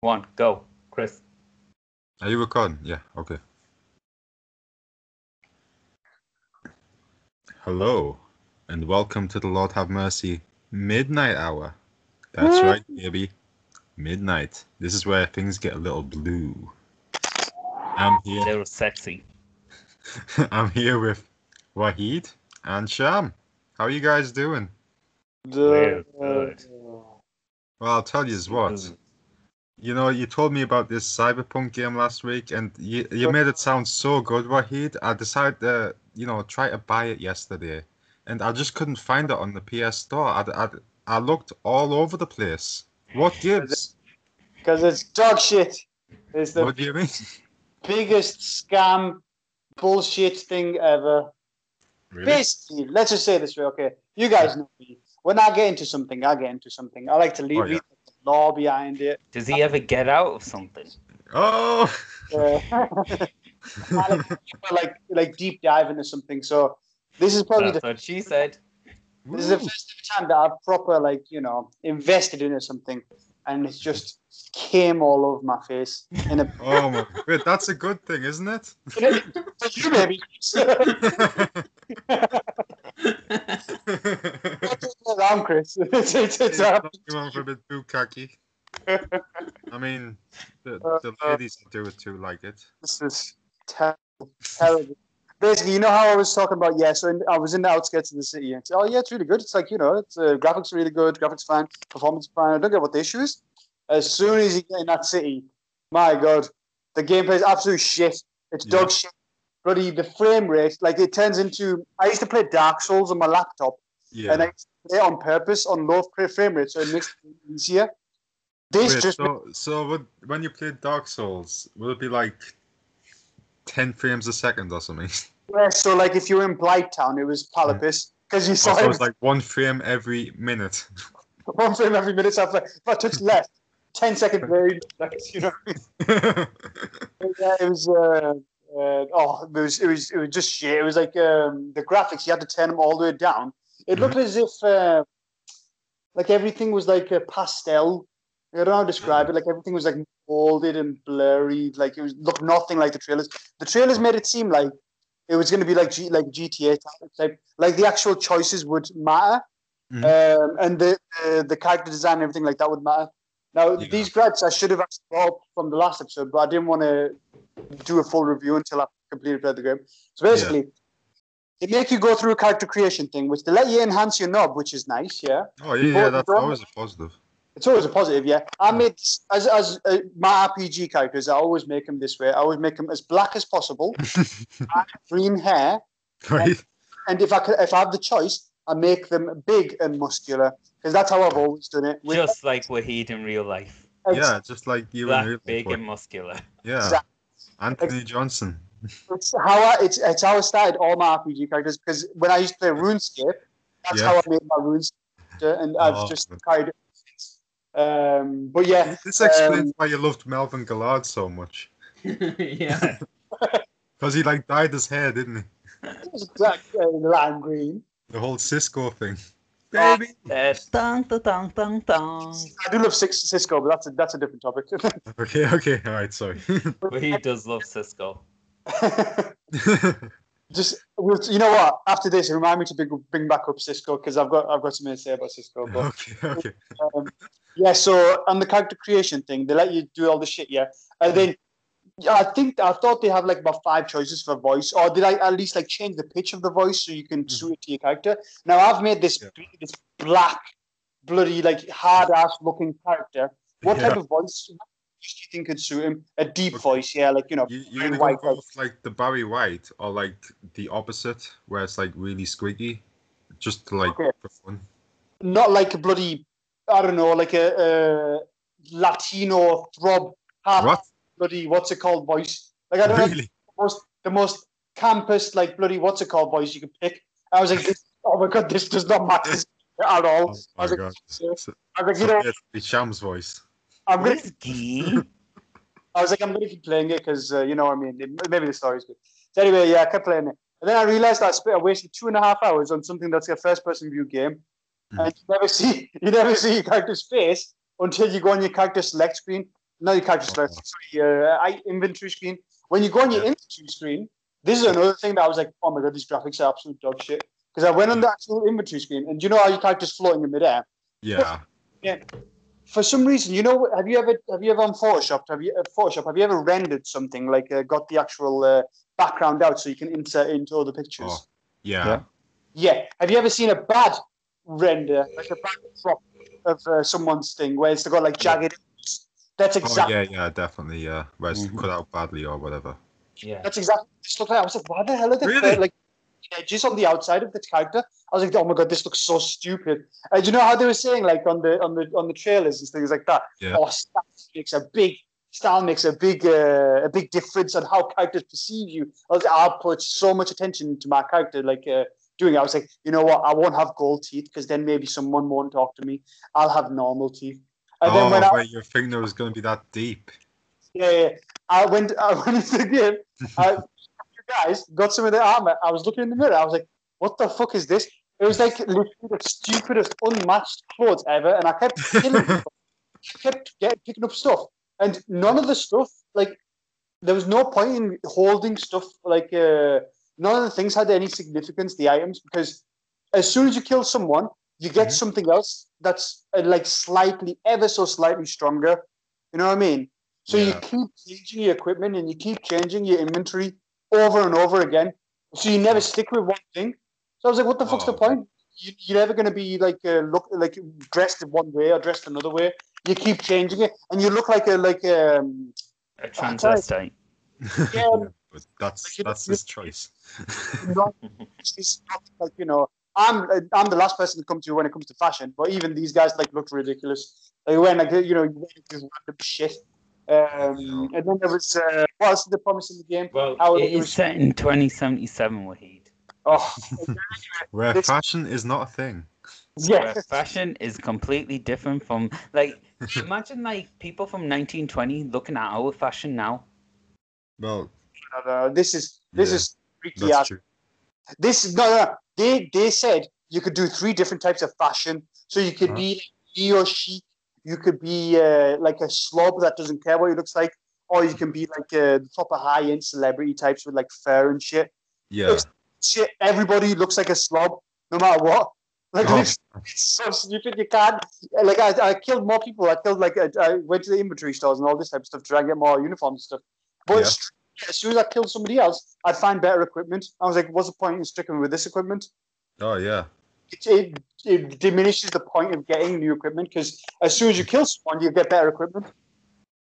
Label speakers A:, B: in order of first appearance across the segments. A: one, go, Chris.
B: Are you recording? Yeah, okay. Hello, and welcome to the Lord Have Mercy Midnight Hour. That's right, baby. Midnight. This is where things get a little blue. I'm here.
A: Little sexy.
B: I'm here with Wahid and Sham. How are you guys doing?
A: We're good.
B: Well, I'll tell you what. You know, you told me about this cyberpunk game last week, and you, you made it sound so good, Wahid. I decided to, you know, try to buy it yesterday, and I just couldn't find it on the PS Store. I, I, I looked all over the place. What gives?
C: Because it's dog shit. It's the
B: What do you mean?
C: biggest scam, bullshit thing ever. Basically, let's just say this way, okay? You guys know me. When I get into something, I get into something. I like to leave
B: Oh, yeah.
C: read the law behind it.
A: Does he ever get out of something?
B: Oh!
C: Uh, I like, like like deep dive into something. So this is probably
A: That's
C: the,
A: what she said.
C: this is the first time that I've proper like you know invested into something, and it's just came all over my face in a
B: oh my! Wait, that's a good thing, isn't it?
C: for you maybe. I'm Chris. It's- it's- it's- uh,
B: Everyone for a bit too cocky. I mean, the, the
C: Uh,
B: ladies that do it too like it.
C: This is terrible. terrible. Basically, you know how I was talking about, yeah, so in, I was in the outskirts of the city and said, oh, yeah, it's really good. It's like, you know, it's, uh, graphics are really good, graphics fine, performance fine. I don't get what the issue is. As soon as you get in that city, my God, the gameplay is absolute shit. It's
B: Yeah.
C: dog shit. Bloody, the frame rate, like it turns into. I used to play Dark Souls on my laptop
B: Yeah.
C: and I used to play it on purpose on low frame rate, so it makes it easier. This
B: Wait,
C: just
B: so, so would, when you play Dark Souls, will it be like 10 frames a second or something?
C: Yeah, so like if you were in Blighttown, it was Palapis because you saw
B: so
C: him
B: it's like one frame every minute.
C: one frame every minute. So I was like, if I touch left, 10 second period, you know.
B: Oh,
C: Yeah, it was. Uh, uh, oh, it was, it was it was just shit. It was like um, the graphics. You had to turn them all the way down. It looked as if uh, like everything was like a pastel. I don't know how to describe it. Like everything was like molded and blurry. Like it was looked nothing like the trailers. The trailers made it seem like it was going to be like G, like GTA type, like like the actual choices would matter,
B: Mhm.
C: um, and the uh, the character design and everything like that would matter. Now
B: Yeah.
C: these gripes I should have actually brought up from the last episode, but I didn't want to do a full review until I completed played the game. So basically, they make you go through a character creation thing, which they let you enhance your knob, which is nice. Yeah,
B: oh, yeah, yeah,
C: Well,
B: that's
C: don't-
B: always a positive.
C: it's always a positive. Yeah, I
B: Mm.
C: made as as uh, my RPG characters, I always make them this way. I always make them as black as possible, and green hair,
B: Right?
C: and if I could, if I have the choice, I make them big and muscular because that's how I've always done it. With-
A: Just like Wahid in real life.
C: it's-
B: Yeah, just like you and
A: Black,
B: real life,
A: big,
B: like-
A: and muscular.
B: Yeah,
C: Exactly.
B: Anthony Johnson.
C: It's how I it's, it's how I started all my RPG characters because when I used to play RuneScape, that's
B: Yeah.
C: how I made my RuneScape, character, and I've
B: Oh.
C: just carried it since. Um, but yeah,
B: This explains
C: Um,
B: why you loved Melvin Gallard so much.
D: yeah.
B: Because he like dyed his hair, didn't he?
C: it was black and lime green.
B: The whole Cisco thing.
C: Uh,
B: Baby.
A: Uh, dong, dong, dong, dong, dong.
C: I do love Sis- Cisco, but that's a, that's a different topic.
B: Okay, okay, all right, sorry.
A: Wahid does love Cisco.
C: just we'll- you know what? After this, remind me to bring, bring back up Cisco because I've got I've got something to say about Cisco. But
B: okay, okay.
C: um, yeah, so on the character creation thing, they let you do all the shit, yeah. And then yeah, I think I thought they have like about five choices for voice, or did I at least like change the pitch of the voice so you can suit it to your character? Now I've made this
B: Mm-hmm. Yeah.
C: this black, bloody like hard ass looking character. What type
B: Yeah.
C: of voice do you think could suit him? A deep
B: Okay.
C: voice, yeah, like you know,
B: You,
C: Barry
B: you're going
C: White,
B: go with like the Barry White or like the opposite, where it's like really squeaky, just to, like
C: Okay.
B: for fun.
C: not like a bloody I don't know, like a, a Latino throb half
B: What?
C: bloody what's it called voice. Like I don't know.
B: Really?
C: most the most campus like bloody what's it called boys you could pick. I was like, this, oh my god, this does not matter at
B: Oh
C: all. I
B: my
C: was like,
B: god.
C: so-
B: So-
C: I was like,
B: so
C: you know,
B: it's the Sham's voice.
C: I'm gonna,
A: Whiskey?
C: I was like, I'm gonna keep playing it because uh, you know, what I mean, it- maybe the story's good. So anyway, yeah, I kept playing it, and then I realized I spent I wasted two and a half hours on something that's a first-person view game,
B: Mhm.
C: and you never see you never see your character's face until you go on your character select screen. No, you can't just left. Sorry, uh, I inventory screen. When you go on your inventory screen, this is another thing that I was like, oh my god, these graphics are absolute dog shit. Because I went on the actual inventory screen, and you know how you can't just float in the midair.
B: Yeah.
C: For some reason, you know, have you ever have you ever on Photoshop? Have you uh, Photoshop? Have you ever rendered something like uh, got the actual uh, background out so you can insert it into other pictures?
B: Oh. Yeah.
D: Yeah.
C: Yeah. Have you ever seen a bad render, like a bad crop of uh, someone's thing where it's got like jagged? edges? That's
B: Oh
C: exactly.
B: yeah, yeah, definitely. Yeah, where it's
D: Mhm.
B: cut out badly or whatever.
A: Yeah.
C: That's exactly. This looked like I was like, why the hell are they
B: Really?
C: like edges on the outside of the character? I was like, oh my god, this looks so stupid. And you know how they were saying like on the on the on the trailers and things like that.
B: Yeah.
C: Oh, style makes a big style makes a big uh, a big difference on how characters perceive you. I was like, I'll put so much attention to my character, like. Uh, Doing, it. I was like, you know what? I won't have gold teeth because then maybe someone won't talk to me. I'll have normal teeth. And
B: oh,
C: then when I,
B: wait, you think there was going to be that deep?
C: yeah, yeah. I went. I went into the game. I, you guys got some of the armor. I was looking in the mirror. I was like, "What the fuck is this?" It was like literally the stupidest, unmatched clothes ever, and I kept killing people. I kept get, picking up stuff, and none of the stuff like there was no point in holding stuff like uh, none of the things had any significance. The items because as soon as you kill someone, you get
B: Mhm.
C: something else that's uh, like slightly, ever so slightly stronger. You know what I mean? So you
B: Yeah.
C: keep changing your equipment and you keep changing your inventory over and over again. So you never stick with one thing. So I was like, what the fuck's the
B: Oh.
C: point? You, you're never going to be like uh, look like dressed in one way or dressed another way. You keep changing it, and you look like a like um,
A: A transvestite.
C: yeah,
B: But that's
C: you know,
B: that's his choice.
C: not, she's not like you know I'm I'm the last person to come to when it comes to fashion, but even these guys like look ridiculous. They wear like you know just random shit. Um, and then there was uh, what else did they promise in the game?
A: Well,
C: How
A: it
C: it
A: is
C: was-
A: set in 2077, Wahid.
C: Oh
B: Where
C: This-
B: fashion is not a thing.
C: yeah,
A: where fashion is completely different from like imagine like people from 1920 looking at our fashion now.
B: Well,
C: No, no, this is this
B: Yeah,
C: is freaky
B: that's
C: ass.
B: true.
C: This no, no, no. They they said you could do three different types of fashion. So you could be he or she. You could be uh, like a slob that doesn't care what he looks like, or you can be like uh, the proper high end celebrity types with like fur and shit.
B: Yeah.
C: Shit, everybody looks like a slob, no matter what. Like
B: Oh.
C: literally, it's so stupid. You can't. Like I, I killed more people. I killed like I, I went to the inventory stores and all this type of stuff to try and get more uniforms and stuff. But
B: Yeah.
C: it's- as soon as I killed somebody else, I'd find better equipment. I was like, what's the point in sticking with this equipment?
B: Oh yeah.
C: it, it, it diminishes the point of getting new equipment because as soon as you kill someone, you get better equipment.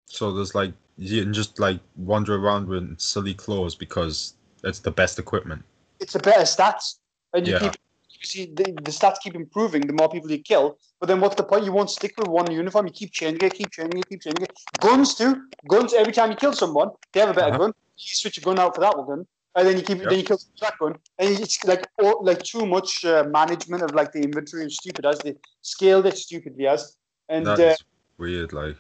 B: So there's like you can just like wander around with silly clothes because it's the best equipment.
C: It's a better stats, and you
B: Yeah.
C: keep you see the, the stats keep improving the more people you kill. But then what's the point? You won't stick with one uniform. You keep changing it, keep changing it, keep changing it. Guns too. Guns every time you kill someone, they have a better
B: Uh-huh.
C: gun. You switch your gun out for that one gun, and then you keep
B: Yeah.
C: then you kill that gun, and it's like all, like too much uh, management of like the inventory is stupid as they scaled it stupidly as and.
B: That
C: uh,
B: is weird. Like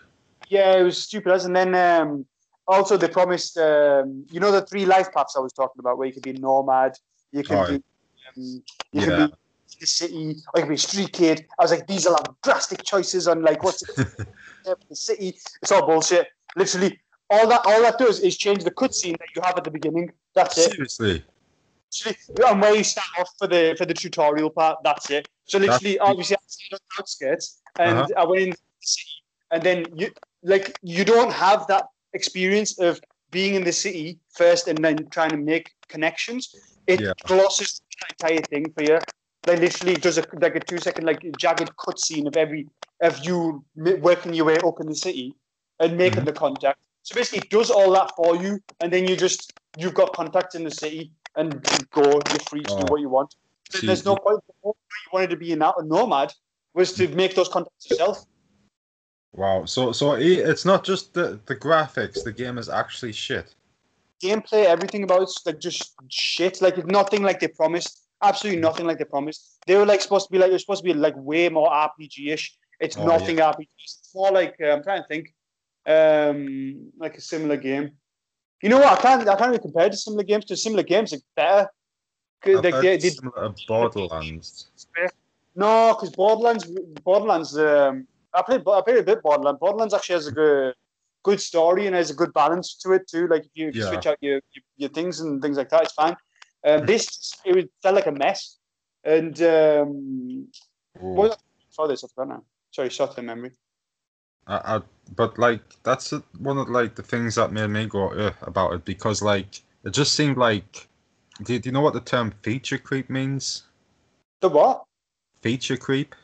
C: Yeah, it was stupid. as- And then um, also they promised, um, you know, the three life paths I was talking about, where you could be nomad, you can
B: Right.
C: be, um, you can be
B: yeah,
C: in the city, or you can be a street kid. I was like, these are like drastic choices on like what's the city. It's all bullshit. Literally, all that all that does is change the cutscene that you have at the beginning. That's it.
B: seriously.
C: Literally, and where you start off for the for the tutorial part. That's it. So
B: That's-
C: literally, obviously, I stayed on the outskirts, and
B: Uh-huh.
C: I went in the city, and then you like you don't have that experience of being in the city first, and then trying to make connections. It
B: Yeah.
C: glosses the entire thing for you. They literally does a like a two second like jagged cutscene of every of you m- working your way up in the city and making
B: Mm-hmm.
C: the contact. So basically, it does all that for you, and then you just you've got contacts in the city and you go. You're free to do
B: Oh.
C: what you want. There-
B: See,
C: There's no point. The whole point you wanted to be a no- a nomad was to
B: Mm.
C: make those contacts yourself.
B: Wow. So so it, it's not just the the graphics. The game is actually shit.
C: Gameplay, everything about it's like just shit. Like it's nothing like they promised. Absolutely nothing like they promised. They were like supposed to be like it was supposed to be like way more RPG ish. It's
B: Oh,
C: nothing RPG. It's more like uh, I'm trying to think, um, like a similar game. You know what? I can't. I can't really compare it to similar games. To similar games, are better. 'Cause,
B: I've
C: Like
B: heard
C: they, they
B: similar to Borderlands.
C: No, because Borderlands, Borderlands. Um, I played, I played a bit Borderlands. Borderlands actually has a good. good story and there's a good balance to it too. Like if you
B: Yeah. Hmm.
C: switch out your, your your things and things like that, it's fine. Um, this it was felt like a mess. And um,
B: Whoa.
C: what was I saw this? I forgot now. Sorry, shot in memory.
B: I, I, but like that's a- one of like the things that made me go Ugh, about it because like it just seemed like do, do you know what the term feature creep means?
C: The what?
B: Feature creep.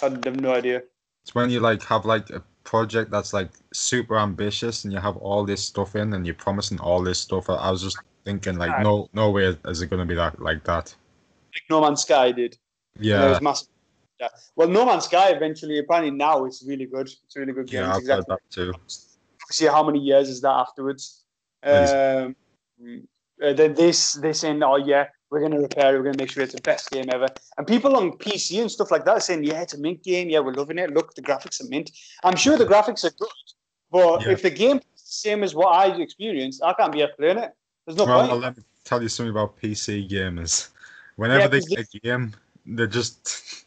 C: I have no idea.
B: It's when you like have like a project that's like super ambitious and you have all this stuff in and you're promising all this stuff. I, I was just thinking like
C: Yeah.
B: no no way is it gonna be that like that.
C: Like No Man's Sky did. And there
B: Yeah,
C: was massive. Yeah. Well, No Man's Sky eventually, apparently now it's really good. It's a really good game.
B: yeah,
C: It's
B: I've
C: exactly
B: heard that too.
C: obviously how many years is that afterwards?
B: Crazy.
C: Um, uh, then this this saying, oh yeah, we're gonna repair it. We're gonna make sure it's the best game ever. And people on PC and stuff like that are saying, yeah, it's a mint game. Yeah, we're loving it. Look, the graphics are mint. I'm sure the graphics are good, but
B: Yeah.
C: if the game is the same as what I experienced, I can't be out playing it. There's no
B: Well,
C: point.
B: let me tell you something about PC gamers. Whenever they
C: 'cause they-
B: get a game, they're just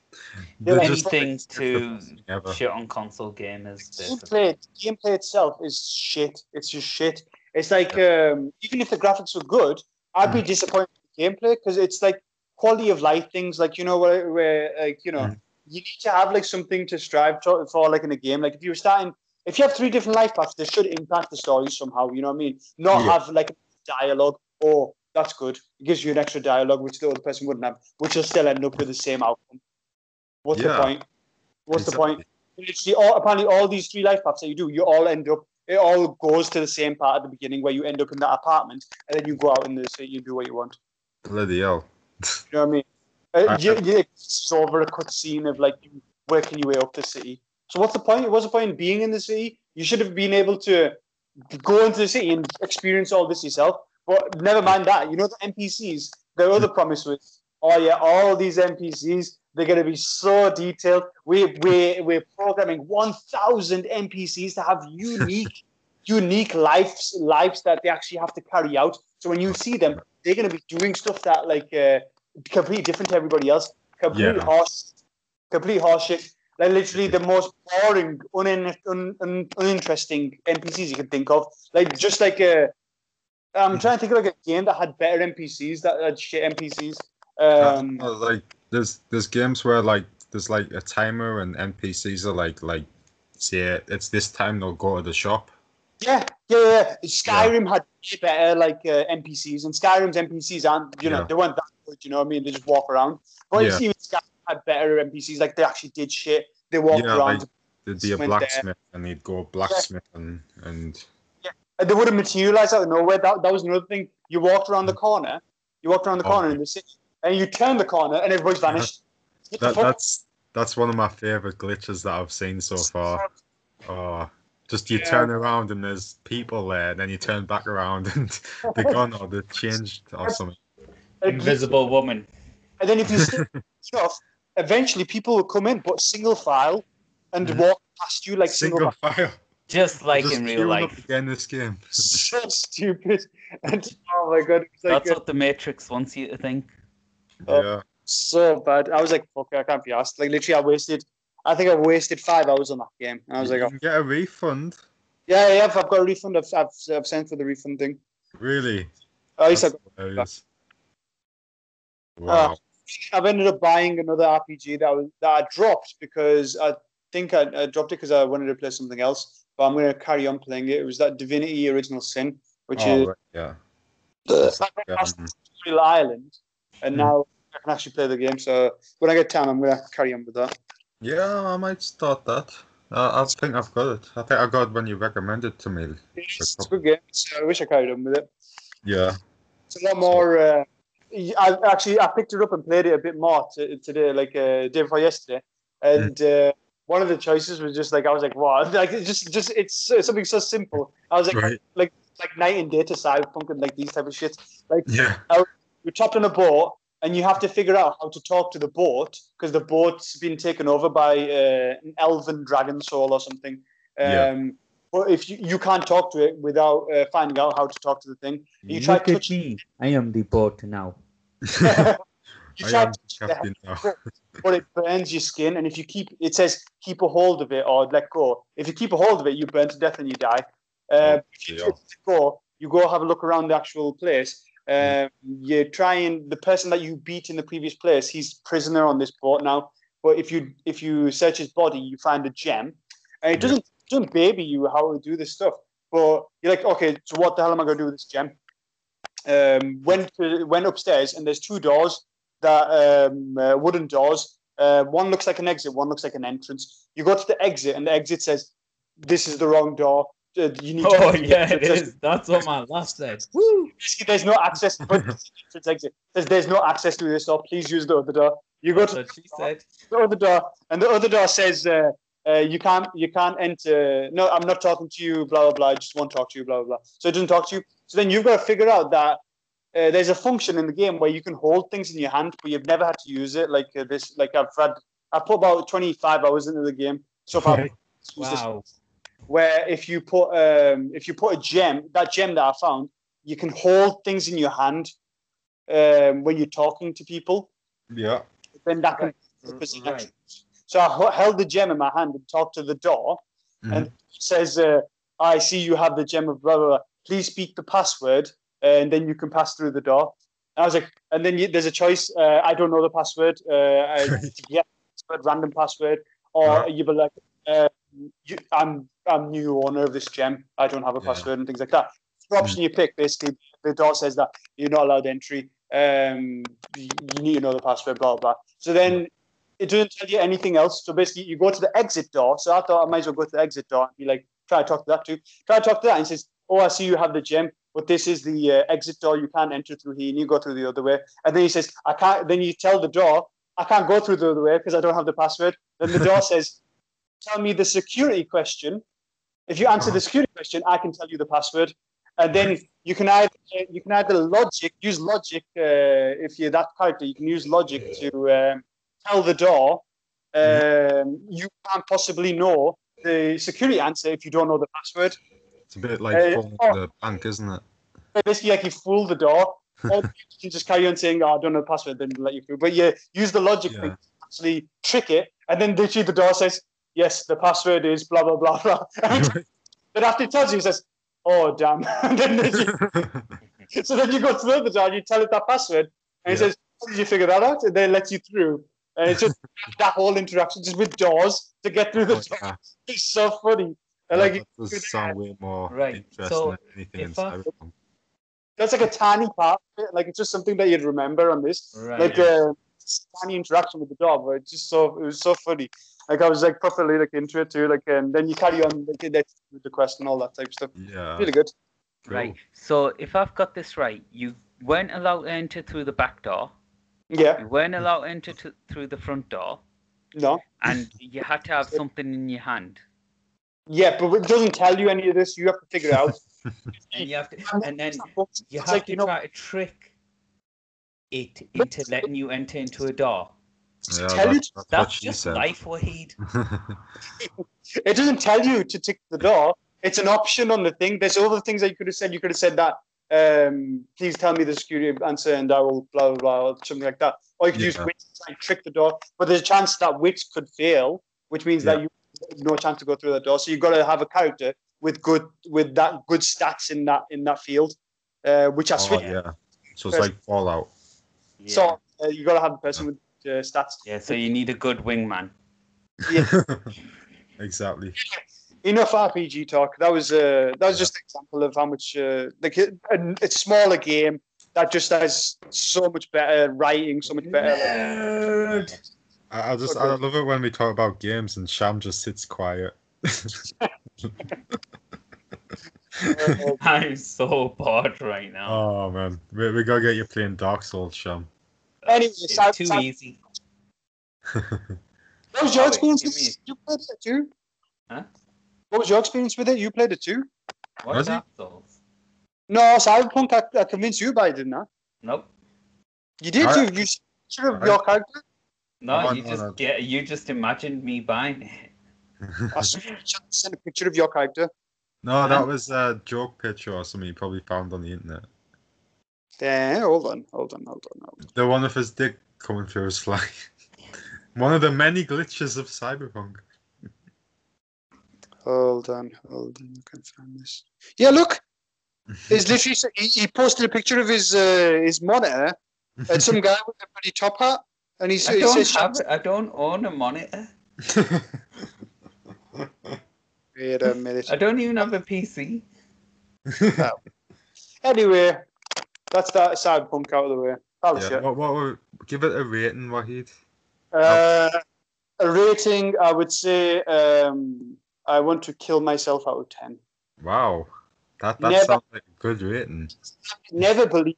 C: They're like,
B: just
A: anything
B: it's the
A: to
B: best thing ever.
A: Shit on console gamers. basically.
C: Gameplay, gameplay itself is shit. It's just shit. It's like um, even if the graphics were good, I'd
B: Mm.
C: be disappointed with the gameplay because it's like quality of life things. Like you know where, where like you know
B: Mm.
C: you need to have like something to strive to, for, like in a game. Like if you're starting, if you have three different life paths, they should impact the story somehow. You know what I mean? Not
B: Yeah.
C: have like dialogue. Oh, that's good. It gives you an extra dialogue which the other person wouldn't have, which will still end up with the same outcome. What's
B: Yeah.
C: the point? What's the point?
B: Exactly.
C: literally all, apparently all these three life paths that you do, you all end up. It all goes to the same part at the beginning where you end up in that apartment, and then you go out and this, you do what you want.
B: Bloody hell.
C: You know what I mean? Uh,
B: I-
C: you, you, it's over a cutscene of like you working your way up the city. So what's the point? What's the point in being in the city? You should have been able to go into the city and experience all this yourself. But never mind that. You know the NPCs. Their other promise was, oh yeah, all these NPCs they're going to be so detailed. We we we're programming one thousand NPCs to have unique. unique lives lives that they actually have to carry out so when you see them they're going to be doing stuff that like uh, completely different to everybody else. Complete
B: Yeah.
C: horse, complete horseshit. Like literally the most boring, unin- un- un- uninteresting NPCs you can think of. Like just like a, I'm trying to think of like a game that had better NPCs that had shit NPCs. Um,
B: Uh, like there's there's games where like there's like a timer and NPCs are like like say it's this time they'll go to the shop.
C: yeah, yeah, yeah. Skyrim had way better like uh, NPCs, and Skyrim's NPCs aren't you know
B: Yeah.
C: they weren't that good. You know what I mean? They just walk around. But
B: Yeah.
C: you see, Skyrim had better NPCs. Like they actually did shit. They walked
B: Yeah,
C: around.
B: like- There'd be a
C: Went there.
B: blacksmith and they'd go blacksmith and and
C: And they would have materialized out of nowhere. That, that was another thing. You walked around the corner, you walked around the
B: Mm. Oh,
C: corner
B: yeah.
C: in the city, and you turned the corner and everybody's vanished. What the
B: that,
C: fuck?
B: that's that's one of my favorite glitches that I've seen so far. Oh, just you
C: Yeah.
B: turn around and there's people there, and then you turn back around and they're gone or they've changed or something.
C: Like,
A: Invisible Woman.
C: And then if you stick stuff, eventually people will come in, but single file, and
B: Mhm.
C: walk past you like single,
B: Single file.
A: Just like
B: Just
A: in real
B: queuing up
A: life.
B: Again, this game.
C: file. So stupid. And oh my god, it was like
A: That's what the Matrix wants you to think.
C: Oh.
B: Yeah.
C: so bad. I was like, fuck, I can't be asked. Like literally, I wasted. I think I wasted five hours on that game. And I was like,
B: you
C: oh,
B: can get a refund.
C: yeah, yeah, I've got a refund. I've, I've, I've sent for the refund thing.
B: Really?
C: At least I
B: That's hilarious.
C: Oh, Ah.
B: Wow.
C: I've ended up buying another RPG that I, was- that I dropped because I think I, I dropped it because I wanted to play something else. But I'm going to carry on playing it. It was that Divinity Original Sin, which
B: Oh,
C: is
B: right, yeah.
C: I went
B: Yeah,
C: past
B: mm.
C: Real Island, and
B: Hmm.
C: now I can actually play the game. So when I get time, I'm going to carry on with that.
B: Yeah, I might start that. Uh, I think I've got it. I think I got it when you recommended to me.
C: It's a good game. So I wish I carried on with it.
B: Yeah.
C: It's a lot more. Uh, I actually I picked it up and played it a bit more t- today, like uh, day before yesterday, and uh, one of the choices was just like I was like, wow, like it's just just it's, it's something so simple. I was like,
B: Right.
C: like night and day to cyberpunk and like these type of shit. Like
B: Yeah.
C: you're trapped on a boat and you have to figure out how to talk to the boat because the boat's been taken over by uh, an elven dragon soul or something. Um,
B: Yeah.
C: But if you, you can't talk to it without uh, finding out how to talk to the thing, you try
D: Look at
C: touching.
D: me. I am the boat now.
C: you
B: I
C: try
B: am
C: touching the
B: captain now.
C: but it burns your skin. And if you keep, it says keep a hold of it or let go. If you keep a hold of it, you burn to death and you die. Uh,
B: Yeah.
C: go, you go have a look around the actual place. Um, you try and the person that you beat in the previous place, he's prisoner on this boat now. But if you if you search his body, you find a gem, and it doesn't doesn't baby you how to do this stuff. But you're like, okay, so what the hell am I going to do with this gem? Um, went to, went upstairs, and there's two doors that um, uh, wooden doors. Uh, one looks like an exit, one looks like an entrance. You go to the exit, and the exit says, "This is the wrong door. Uh, you need to
E: Oh yeah, it is. That's what my last said. Woo!
C: basically, there's no access. But it's exit. There's, there's no access to this door. Please use the other door. You go
E: That's
C: to
E: what she said.
C: the other door, and the other door says, uh, uh, "You can't, you can't enter." No, I'm not talking to you. Blah blah blah. I just won't talk to you. Blah blah blah. So it doesn't talk to you. So then you've got to figure out that uh, there's a function in the game where you can hold things in your hand, but you've never had to use it. Like uh, this, like I've had, I put about 25 hours into the game so far. Use this
E: Wow.
C: where if you put um, if you put a gem, that gem that I found, you can hold things in your hand um, when you're talking to people.
B: Yeah.
C: Then that can because it actually- So I h- held the gem in my hand and talked to the door. And it says, uh, "I see you have the gem of blah blah. blah. Please speak the password, uh, and then you can pass through the door." And I was like, and then you, there's a choice. Uh, I don't know the password. Uh, I, yeah, password, random password, or
B: Alright.
C: you be like, uh, you, "I'm I'm new owner of this gem. I don't have a
B: Yeah.
C: password and things like that." The option you pick basically, the door says that you're not allowed entry. Um, you, you need to know the password. Blah blah. blah. So then it doesn't tell you anything else. So basically, you go to the exit door. So I thought I might as well go to the exit door and be like, try to talk to that too. Try to talk to that. And he says, Oh, I see you have the gym, but this is the uh, exit door. You can't enter through here. And you go through the other way. And then he says, I can't. Then you tell the door, I can't go through the other way because I don't have the password. Then the door says, Tell me the security question. If you answer the security question, I can tell you the password. And then you can either you can either logic use logic uh, if you're that character. You can use logic to um, tell the door um, you can't possibly know the security answer if you don't know the password.
B: It's a bit like
C: Uh,
B: falling to the bank, isn't it?
C: So basically, like you fool the door, or you can just carry on saying, "Oh, I don't know the password," then let you through. But yeah, use the logic
B: Yeah.
C: thing to actually trick it, and then literally the door says, "Yes, the password is blah blah blah blah." but after it tells you, it says, "Oh damn!" and then literally so then you go to the other door, you tell it that password, and it
B: Yeah.
C: says, How did you figure that out? And they let you through. And it's just that whole interaction just with doors to get through the
B: Oh,
C: door.
B: yeah.
C: It's so funny. And
B: Yeah,
C: like
B: that does sound way more
E: Right,
B: interesting
E: so
B: than anything in
E: if I-
B: Cyberpunk.
C: that's like a tiny part of it. Like it's just something that you'd remember on this.
E: Right.
C: Like uh, it's a tiny interaction with the dog, but it's just so it was so funny. Like I was like properly like into it too. Like and then you carry on like that's with the quest and all that type of stuff.
B: Yeah.
C: Really good.
A: Right. So if I've got this right, you weren't allowed to enter through the back door.
C: Yeah.
A: You weren't allowed to enter to, through the front door,
C: No.
A: and you had to have something in your hand.
C: Yeah, but it doesn't tell you any of this. You have to figure it out.
E: And you have to, and then you
C: It's
E: have
C: like,
E: to
C: you know-
E: try to trick it into letting you enter into a door.
B: Yeah,
C: tell you-
B: that's, that's what
E: That's
B: she
E: just
B: said.
E: life, Wahid.
C: it doesn't tell you to tick the door. It's an option on the thing. There's other things that you could have said. You could have said that. Um, please tell me the security answer, and I will blah blah blah, or something like that. Or you could use
B: Yeah.
C: wits to try and trick the door. But there's a chance that wits could fail, which means that you have no chance to go through that door. So you've got to have a character with good with that good stats in that in that field, uh, which are
B: oh,
C: switch.
B: yeah. So it's like Fallout.
C: So uh, you got to have a person with uh, stats.
A: Yeah. So you need a good wingman.
B: exactly.
C: enough RPG talk. That was uh, that was just an example of how much uh, like it- and it's smaller game that just has so much better writing, so much better. like-
E: Nerd.
B: I, I just
C: Okay.
B: I love it when we talk about games and Sham just sits quiet.
C: uh,
E: I'm so bored right now.
B: Oh man, we, we gotta get you playing Dark Souls, Sham.
C: anyway,
E: It's
C: so-
E: too
C: so-
E: easy.
C: what was your
A: Oh, wait, give
C: experience?
A: me
C: With, you played it too.
A: Huh?
C: What was your experience with it? You played it too.
E: What's
B: Was it?
E: that? Souls?
C: No, Cyberpunk. I, I convinced you by it, didn't I?
E: Nope.
C: You did.
B: Alright.
C: You you sure of
B: Alright.
C: your character.
E: No,
B: Oh,
E: you
B: no,
E: just
B: no.
E: get you just imagined me buying it.
C: I saw you sent a picture of your character.
B: no, that was a joke picture or something you probably found on the internet.
C: There. Hold on. Hold on. Hold on. Hold on.
B: The one of his dick coming through his fly. one of the many glitches of Cyberpunk.
C: Hold on, hold on. I can find this. Yeah, look. It's literally he, he posted a picture of his uh, his monitor and some guy with a bloody top hat, and he, s-
A: I
C: he
A: don't
C: says,
A: have. I don't own a monitor.
C: "Wait a minute."
A: I don't even have a PC.
C: Anyway, that's that cyberpunk out of the way. That'll
B: yeah.
C: Oh, shit.
B: What, what were, give it a rating, Wahid.
C: Uh, a rating, I would say, um, I want to kill myself out of ten.
B: Wow. That that
C: Never-
B: sounds like a good rating.
C: Never believe,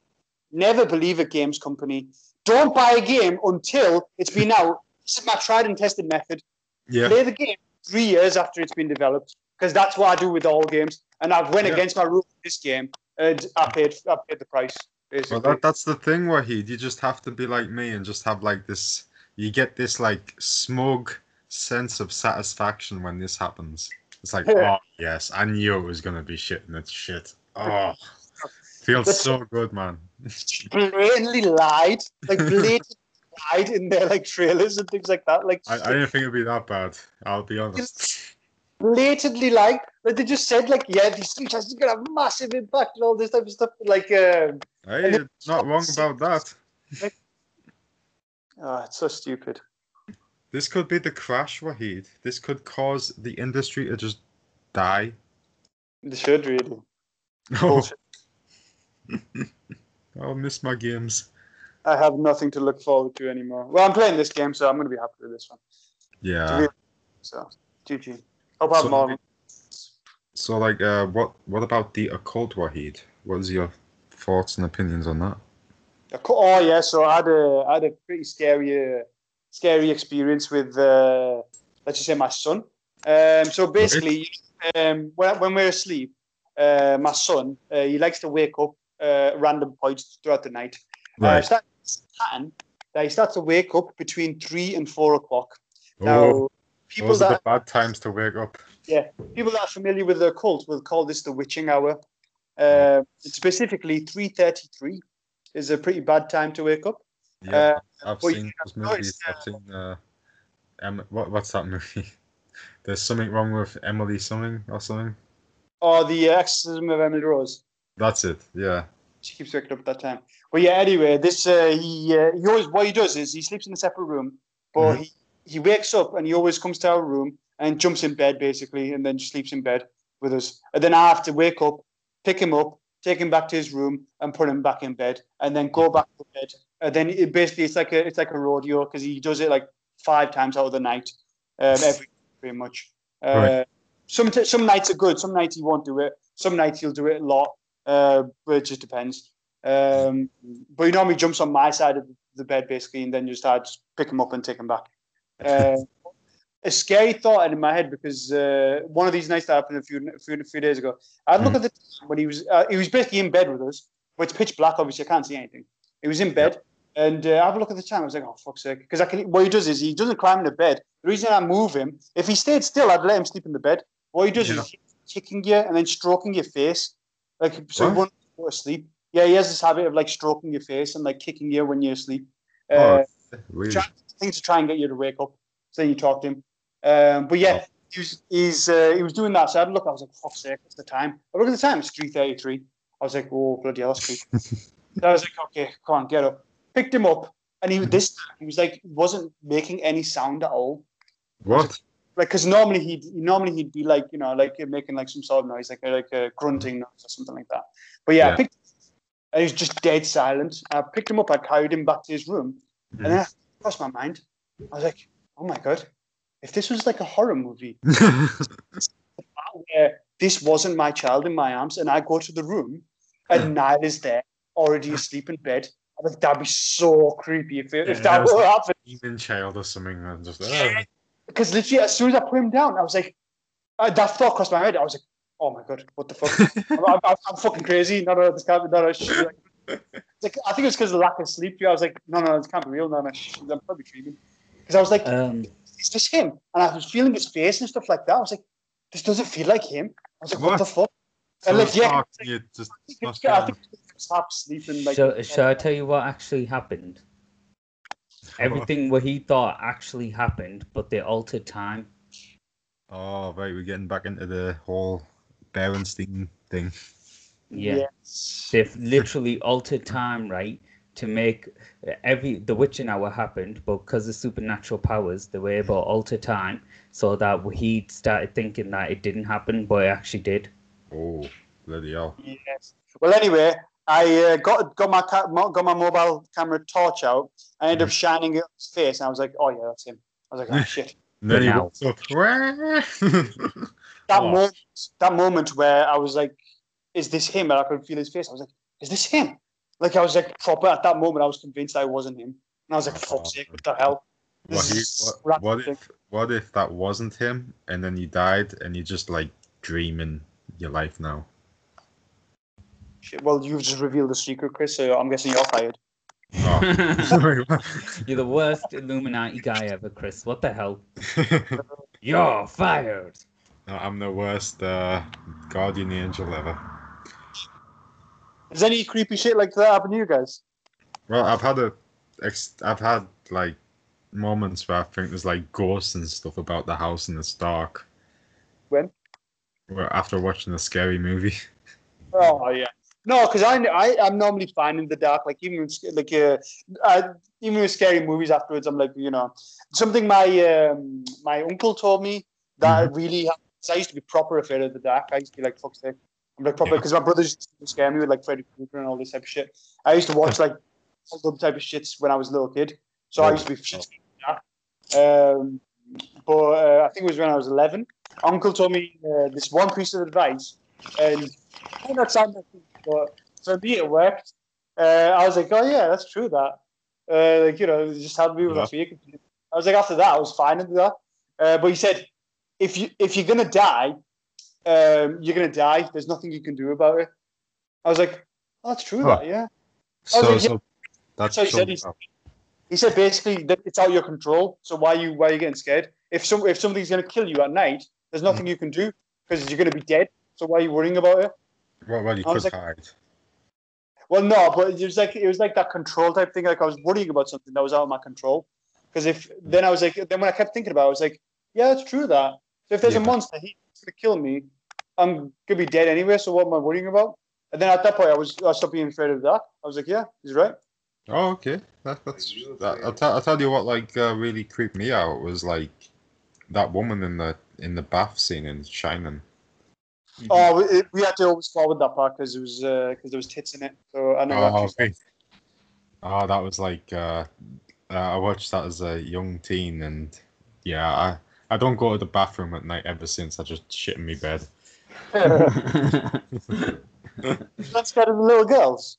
C: never believe a games company. Don't buy a game until it's been out. This is my tried and tested method.
B: Yeah.
C: Play the game three years after it's been developed, because that's what I do with all games. And I've went
B: Yeah.
C: against my rule with this game, and I paid, I paid the price. Basically,
B: Well, that, that's the thing, Wahid. You just have to be like me and just have like this. You get this like smug sense of satisfaction when this happens. It's like,
C: Yeah.
B: oh yes, I knew it was gonna be shit, and it's shit. Oh, feels
C: That's-
B: so good, man.
C: blatantly lied, like blatantly lied in their like trailers and things like that. Like
B: I, I didn't think it'd be that bad. I'll be honest.
C: blatantly like but they just said like yeah these three chances are gonna have massive impact and all this type of stuff like uh,
B: Hey, you're not wrong about that.
C: oh, it's so stupid
B: This could be the crash, Wahid. This could cause the industry to just die.
C: they should really
B: Oh,
C: Bullshit.
B: I'll miss my games.
C: i have nothing to look forward to anymore well i'm playing this game so i'm gonna be happy with this one
B: Yeah.
C: so gg hope i have
B: So-
C: more
B: So, like, uh, what what about the occult, Wahid? What is your thoughts and opinions on that?
C: Of cou- Oh yeah, so I had a I had a pretty scary uh, scary experience with uh, let's just say my son. Um, so basically, um, when, when we're asleep, uh, my son uh, he likes to wake up uh, at random points throughout the night. Uh,
B: Right.
C: it's that pattern that he starts to wake up between three and four o'clock.
B: oh,
C: Now, people
B: those are the
C: that
B: bad times to wake up.
C: people that are familiar with the occult will call this the witching hour. Uh,
B: Right.
C: specifically, three thirty-three is a pretty bad time to wake up.
B: Yeah, I've
C: well, you
B: seen those
C: noticed,
B: movies. I've seen uh, em- what what's that movie? There's something wrong with Emily something or something.
C: or the exorcism of Emily Rose.
B: That's it. Yeah.
C: She keeps waking up at that time. But yeah, anyway, this uh, he uh, he always what he does is he sleeps in a separate room, but
B: Mhm.
C: he he wakes up and he always comes to our room and jumps in bed basically, and then just sleeps in bed with us. And then I have to wake up, pick him up, take him back to his room, and put him back in bed, and then go back to bed. And then it basically it's like a it's like a rodeo because he does it like five times out of the night, um, every pretty much. Uh,
B: Right.
C: Some t- some nights are good. Some nights he won't do it. Some nights he'll do it a lot. Uh, but it just depends. Um, but he normally jumps on my side of the bed basically, and then just I just pick him up and take him back. Uh, a scary thought in my head because uh, one of these nights that happened a few a few, a few days ago. I look
B: Mhm.
C: at the time when he was uh, he was basically in bed with us, but it's pitch black. Obviously, I can't see anything. He was in bed, and uh, I have a look at the time. I was like, oh fuck's sake, because I can. What he does is he doesn't climb into bed. The reason I move him, if he stayed still, I'd let him sleep in the bed. What he does
B: Yeah.
C: is he's kicking you and then stroking your face, like so you
B: What?
C: won't go to sleep. Yeah, he has this habit of like stroking your face and like kicking you when you're asleep. Uh,
B: Oh, Weird.
C: Jack- thing to try and get you to wake up. So you talk to him. Um, but
B: Oh.
C: yeah, he was he's uh, he was doing that. So I had a look, I was like, fuck's sake, what's the time? I look at the time, it's three thirty three. I was like, oh bloody hell, that's creepy. so I was like, okay, come on, get up. Picked him up, and he this time he was like wasn't making any sound at all.
B: What?
C: Like, cause normally he'd normally he'd be like you know like uh, making like some sort of noise, like uh, like a grunting noise or something like that. But yeah,
B: Yeah.
C: I picked. And he was just dead silent. I picked him up. I carried him back to his room, and then I crossed my mind. I was like, oh my God, if this was like a horror movie, where this wasn't my child in my arms and I go to the room and Niall is there, already asleep in bed, I'm like, that'd be so creepy if, it, if
B: Yeah,
C: that
B: it's
C: were
B: like-
C: happening.
B: Demon child or something. And just, oh,
C: Yeah. Because literally, as soon as I put him down, I was like, uh, that thought crossed my head. I was like, oh my God, what the fuck? I'm, I'm, I'm fucking crazy. No, no, this can't be, no, no, shit. Like, it's like, I think it's because of the lack of sleep. I was like, no, no, this can't be real. No, no, shit, I'm probably dreaming. Because I was
A: Uh.
C: like,
D: Um,
C: is this him? And I was feeling his face and stuff like that. I was like, this doesn't feel like him. I was like, what,
B: What?
C: the fuck?
B: So
C: and like,
B: it's
C: yeah,
B: dark, you just,
C: I think,
B: must
C: it's- I
B: be-
C: think it's half sleeping. Like, uh,
D: shall, shall I tell you what actually happened?
B: on.
D: Everything what he thought actually happened, but they altered time.
B: Oh, right, we're getting back into the whole Berenstein thing.
A: Yeah. Yes. They've literally altered time, right? To make uh, every the witching hour happened, but because of supernatural powers, they were able to alter time so that he started thinking that it didn't happen, but it actually did.
B: Oh, bloody hell!
C: Yes. Well, anyway, I uh, got got my ca- mo- got my mobile camera torch out. I
B: Mm-hmm.
C: ended up shining it on his face, and I was like, "Oh yeah, that's him." I was like, "Oh shit."
B: And then he
A: Now.
B: walks up. that
C: that moment, that moment where I was like, "Is this him?" And I could feel his face. I was like, "Is this him?" Like I was like proper at that moment. I was convinced I wasn't him, and I was like, "Fuck's sake, what the hell?"
B: What,
C: This
B: he,
C: is
B: what, what
C: random.
B: if what if that wasn't him, and then he died, and you're just like dreaming your life now?
C: Shit, Well, you've just revealed the secret, Chris. So I'm guessing you're fired.
B: Oh. Sorry, what?
A: You're the worst Illuminati guy ever, Chris. What the hell? You're fired.
B: No, I'm the worst uh, guardian angel ever.
C: Is any creepy shit like that happen to you guys?
B: Well, I've had a, ex- I've had like moments where I think there's like ghosts and stuff about the house and it's dark.
C: When?
B: Well, after watching a scary movie.
C: Oh yeah. No, because I, I I'm normally fine in the dark. Like even with sc- like uh, I, even with scary movies afterwards, I'm like you know something my um, my uncle told me that really helped. 'Cause I used to be proper afraid of the dark. I used to be like fuck's sake. I'm like proper
B: Yeah.
C: because my brothers used to scare me with like Freddy Krueger and all this type of shit. I used to watch like all them type of shits when I was a little kid. So I used to be shit scared of the dark. Um, but uh, I think it was when I was 11. Uncle told me uh, this one piece of advice, and might not sound that thing, but for me it worked. Uh, I was like, oh yeah, that's true. That uh, like you know, it just helped me with my
B: Yeah.
C: fear. I was like, after that, I was fine with that. Uh, but he said, if you if you're gonna die, um, you're gonna die. There's nothing you can do about it. I was like, oh, that's true.
B: Huh.
C: That yeah.
B: So,
C: yeah.
B: so that's
C: Oh, So he said
B: so-
C: he's- He said basically that it's out of your control. So why are you why are you getting scared? If some if something's gonna kill you at night, there's
B: Hmm.
C: nothing you can do because you're gonna be dead. So why are you worrying about it?
B: well, well, you
C: I was
B: could
C: like-
B: hide.
C: Well, no, but it was like it was like that control type thing. Like I was worrying about something that was out of my control. Because if then I was like, then when I kept thinking about, it, I was like, yeah, it's true that. So if there's
B: Yeah.
C: a monster, he's gonna kill me. I'm gonna be dead anyway. So what am I worrying about? And then at that point, I was I stopped being afraid of that. I was like, yeah, he's right.
B: Oh, okay. That, that's. That, I'll, tell- I'll tell you what. Like, uh, really creeped me out was like that woman in the in the bath scene in Shining.
C: Oh, we, we had to always forward that part because it was because there was tits in it. So I know.
B: Oh,
C: that.
B: okay. Oh, that was like uh, uh, I watched that as a young teen, and yeah, I I don't go to the bathroom at night ever since. I just shit in my bed.
A: Oh.
C: You're not scared of the little girls.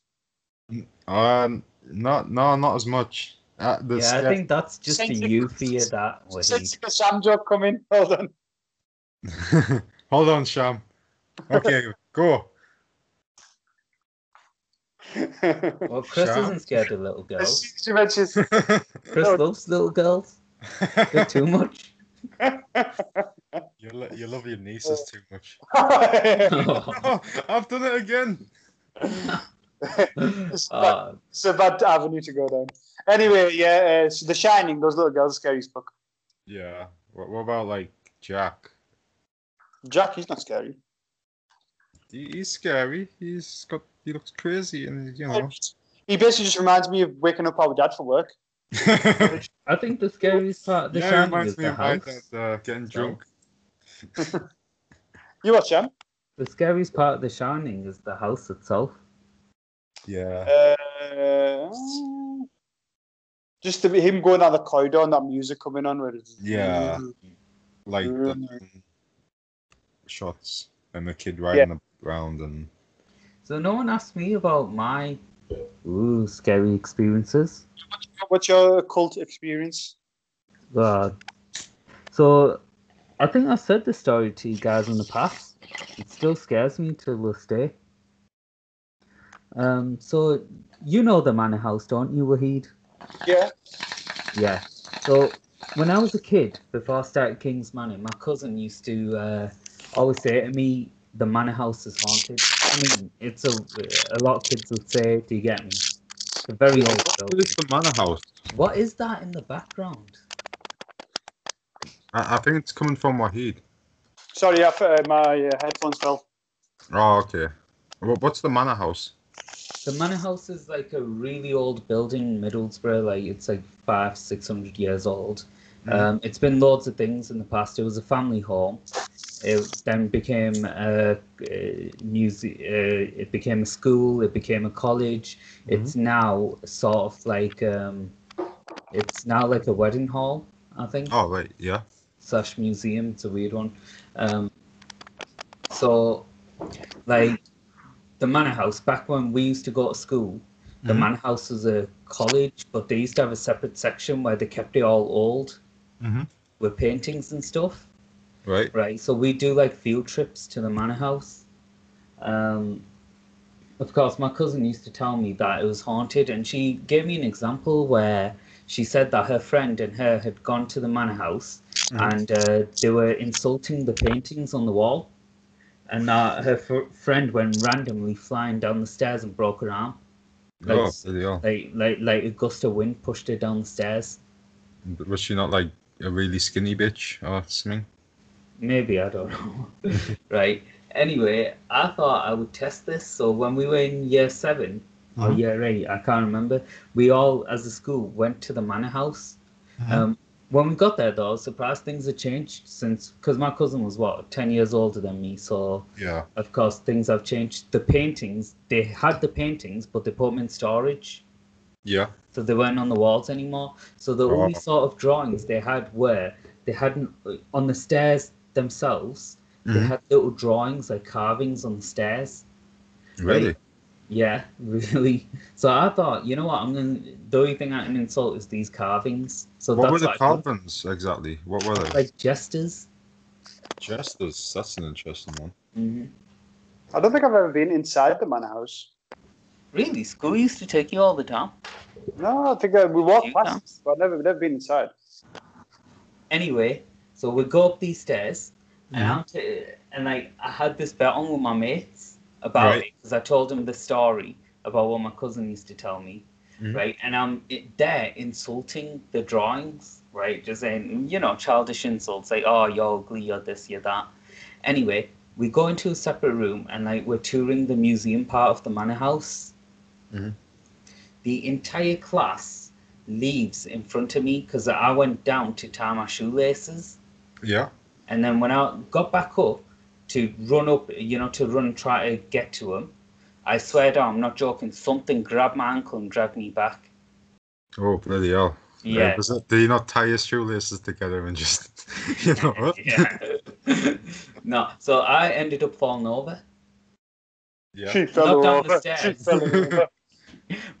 B: Um, not no, not as much. Uh, the
D: Yeah, I
B: scare-
D: think that's just a
C: Since-
D: you fear that,
A: Oh,
D: Wahid.
C: Since the Sam job come in, hold on.
B: Hold on, Sham. Okay, go.
D: Well, Chris
B: Sure.
D: isn't scared of little
C: As
D: girls.
C: soon as you mentioned
D: Chris
C: No.
D: loves little girls. They're too much.
B: you, lo- you love your nieces too much.
D: oh,
B: Oh, I've done it again.
D: uh,
C: it's a bad avenue to go down. Anyway, yeah, uh, so The Shining, those little girls are scary as fuck.
B: Yeah. What, what about like Jack?
C: Jack, he's not scary.
B: He, he's scary. He's got. He looks crazy, and you know.
C: He basically just reminds me of waking up our dad for work.
B: yeah,
D: I think the scariest part of the
B: it
D: shining is
B: reminds me
D: the
B: of my
D: house.
B: dad uh, getting drunk.
C: You watch him?
D: The scariest part of the shining is the house itself.
B: Yeah.
C: Uh, just the, him going down the corridor and that music coming on. Where it's,
B: Yeah. Like the
C: Mm.
B: shots and the kid riding the ground and.
D: So no one asked me about my ooh scary experiences.
C: What's your occult experience?
D: Uh, so I think I've said this story to you guys in the past. It still scares me till this day. Um, so you know the manor house, don't you, Wahid?
C: Yeah.
D: Yeah. So when I was a kid, before I started King's Manor, my cousin used to uh, always say to me, "The manor house is haunted." I mean, it's a a lot of kids would say, "Do you get me?" It's a very old
A: Oh.
D: building.
B: the manor house?
D: What is that in the background?
B: I, I think it's coming from Wahid.
C: Sorry, I, uh, my uh, headphones fell.
B: Oh, okay. Wh- What's the manor house?
A: The manor house is like a really old building in Middlesbrough. Like it's like five, six hundred years old. Um, it's been loads of things in the past. It was a family home. It then became a, a muse- uh, It became a school. It became a college. It's now sort of like um, it's now like a wedding hall. I think
B: Oh, right, yeah.
A: slash museum. It's a weird one. Um, so, like the manor house. Back when we used to go to school, the
B: Mhm.
A: manor house was a college, but they used to have a separate section where they kept it all old
B: Mhm.
A: with paintings and stuff.
B: Right.
A: Right. So we do like field trips to the manor house. Um, of course, my cousin used to tell me that it was haunted, and she gave me an example where she said that her friend and her had gone to the manor house
B: Mhm.
A: and uh, they were insulting the paintings on the wall, and that her f- friend went randomly flying down the stairs and broke her arm. Like,
B: oh, bloody hell.
A: like, like, like a gust of wind pushed her down the stairs.
B: Was she not like a really skinny bitch or something?
A: Maybe I don't know. right. Anyway, I thought I would test this. So when we were in year 7 or
B: Mhm.
A: year eight, I can't remember. We all, as a school, went to the manor house.
B: Mhm.
A: Um, when we got there, though, surprised things had changed since because my cousin was what ten years older than me. So
B: Yeah.
A: of course things have changed. The paintings they had the paintings, but they put them in storage
B: Yeah.
A: so they weren't on the walls anymore. So the only
B: Oh.
A: sort of drawings they had were they hadn't uh, on the stairs themselves. They
B: Mhm.
A: had little drawings like carvings on the stairs.
B: Really?
A: Yeah, really. So I thought, you know what? I'm gonna the only thing I can insult is these carvings. So
B: What
A: that's
B: were the
A: what I did.
B: carvings exactly? What were they?
A: like jesters.
B: Jesters. That's an interesting one.
A: Mm-hmm.
C: I don't think I've ever been inside the manor house.
F: Really? School used to take you all the time?
C: No, I think uh, we walked
F: You
C: past,
F: know.
C: but I've never, never been inside.
A: anyway, so we go up these stairs, and I'm t- and like I had this bet on with my mates about
B: Right.
A: it because I told them the story about what my cousin used to tell me,
B: Mhm.
A: right? And I'm it, there insulting the drawings, right? Just saying you know childish insults like oh you're ugly, you're this, you're that. Anyway, we go into a separate room and like we're touring the museum part of the manor house.
B: Mhm.
A: The entire class leaves in front of me because I went down to tie my shoelaces,
B: Yeah.
A: and then when I got back up to run up, you know, to run and try to get to him, I swear down, I'm not joking. Something grabbed my ankle and dragged me back.
B: Oh, bloody hell.
A: Yeah,
B: Uh, was it- do you not tie your shoelaces together and just, you know? huh?
A: yeah. no, so I ended up falling over.
B: Yeah.
C: She fell
A: Not down the
C: over. She
A: stairs.
C: fell over.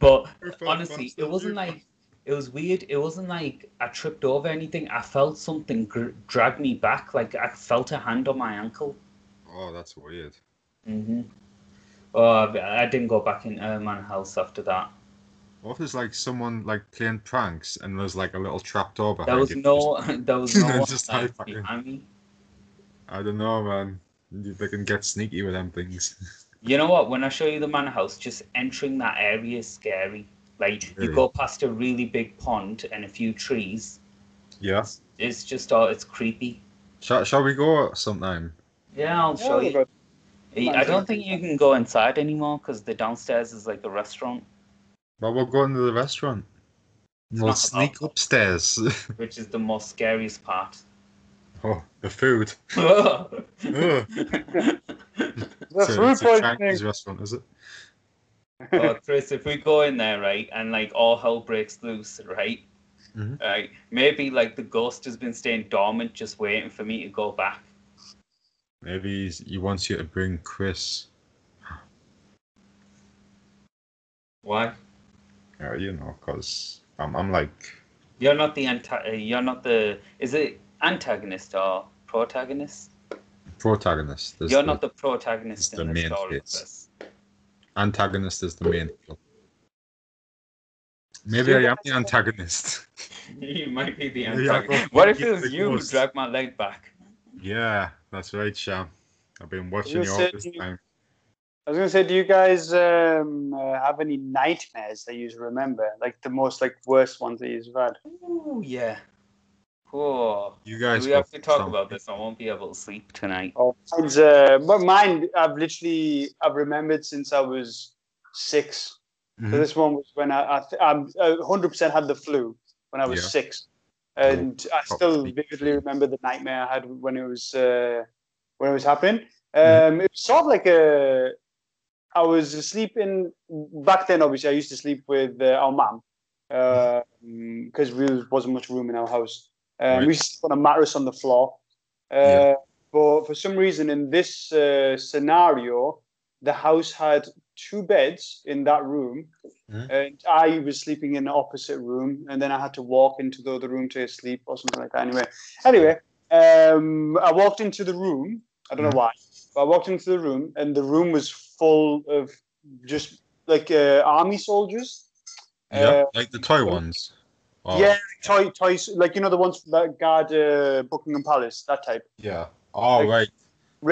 A: But
B: You fell
A: honestly,
B: across
A: it
B: the
A: wasn't
B: roof.
A: like it was weird. It wasn't like I tripped over anything. I felt something gr- drag me back. Like I felt a hand on my ankle.
B: Oh, that's weird.
A: Mm-hmm. Oh, I, I didn't go back in uh, manor house after that.
B: What if there's like someone like playing pranks and there's like a little trapdoor behind
A: There was
B: you?
A: no, there was no one
B: Just
A: like,
B: high-fiving.
A: behind me.
B: I don't know, man. They can get sneaky with them things.
A: You know what? When I show you the manor house, just entering that area is scary. Like you
B: Really?
A: go past a really big pond and a few trees.
B: yeah.
A: It's just all it's creepy.
B: Shall, shall we go sometime?
A: Yeah, I'll show
C: Oh,
A: you.
C: God.
A: I don't think you can go inside anymore because the downstairs is like a restaurant,
B: Well, we'll go into the restaurant. We'll
A: not
B: sneak
A: allowed.
B: upstairs.
A: which is the most scariest part.
B: oh, the food. Ugh.
C: The
B: So
C: food
B: it's a
C: poisoning.
B: Chinese restaurant, is it?
A: oh, Chris, if we go in there, right, and like all hell breaks loose, right,
B: Mhm.
A: right, maybe like the ghost has been staying dormant, just waiting for me to go back.
B: Maybe he's- he wants you to bring Chris.
A: Why?
B: Uh, you know, because I'm, I'm like,
A: You're not the anti. uh, You're not the. Is it antagonist or protagonist?
B: protagonist. There's
A: you're
B: the-
A: not the protagonist
B: it's the
A: in the
B: main
A: story.
B: face.
A: Chris.
B: antagonist is the main deal. Maybe
C: Yeah,
B: I am
C: but
B: the antagonist.
A: you might be the
B: Maybe I
A: antagonist.
B: go-
A: What if
B: you
A: it was
B: the
A: you who
B: ghost.
A: dragged my leg back?
B: yeah, that's right, Sham. I've been watching
C: You
B: you all
C: said
B: this
C: you-
B: time.
C: I was gonna say, do you guys um, uh, have any nightmares that you remember? Like the most, like worst ones that you've had?
A: Ooh, yeah.
G: Cool.
B: You guys.
G: Do we have
B: got
G: to talk
B: something.
G: about this? I won't be able to sleep tonight.
C: Oh, mine's, uh, my- mine, I've literally, I've remembered since I was 6 So
B: Mhm.
C: this one was when I, I th- I'm I 100% had the flu when I was
B: Yeah. Oh,
C: six, and I still
B: Probably.
C: vividly remember the nightmare I had when it was uh, when it was happening. Um,
B: Mhm.
C: It was sort of like a. I was sleeping back then. Obviously, I used to sleep with uh, our mum because there wasn't much room in our house. Um,
B: Mm-hmm. Right.
C: We used to sleep on a mattress on the floor. Uh,
B: Yeah.
C: But for some reason, in this uh, scenario, the house had two beds in that room,
B: Mhm.
C: and I was sleeping in the opposite room, and then I had to walk into the other room to sleep or something like that. Anyway, anyway, um, I walked into the room. I don't
B: Mhm.
C: know why, but I walked into the room, and the room was full of just like uh, army soldiers.
B: Yeah,
C: Uh,
B: like the toy ones. Oh, Or-
C: Yeah, toy, toys like you know the ones that guard uh, Buckingham Palace, that type.
B: Yeah. Oh
C: Like,
B: right.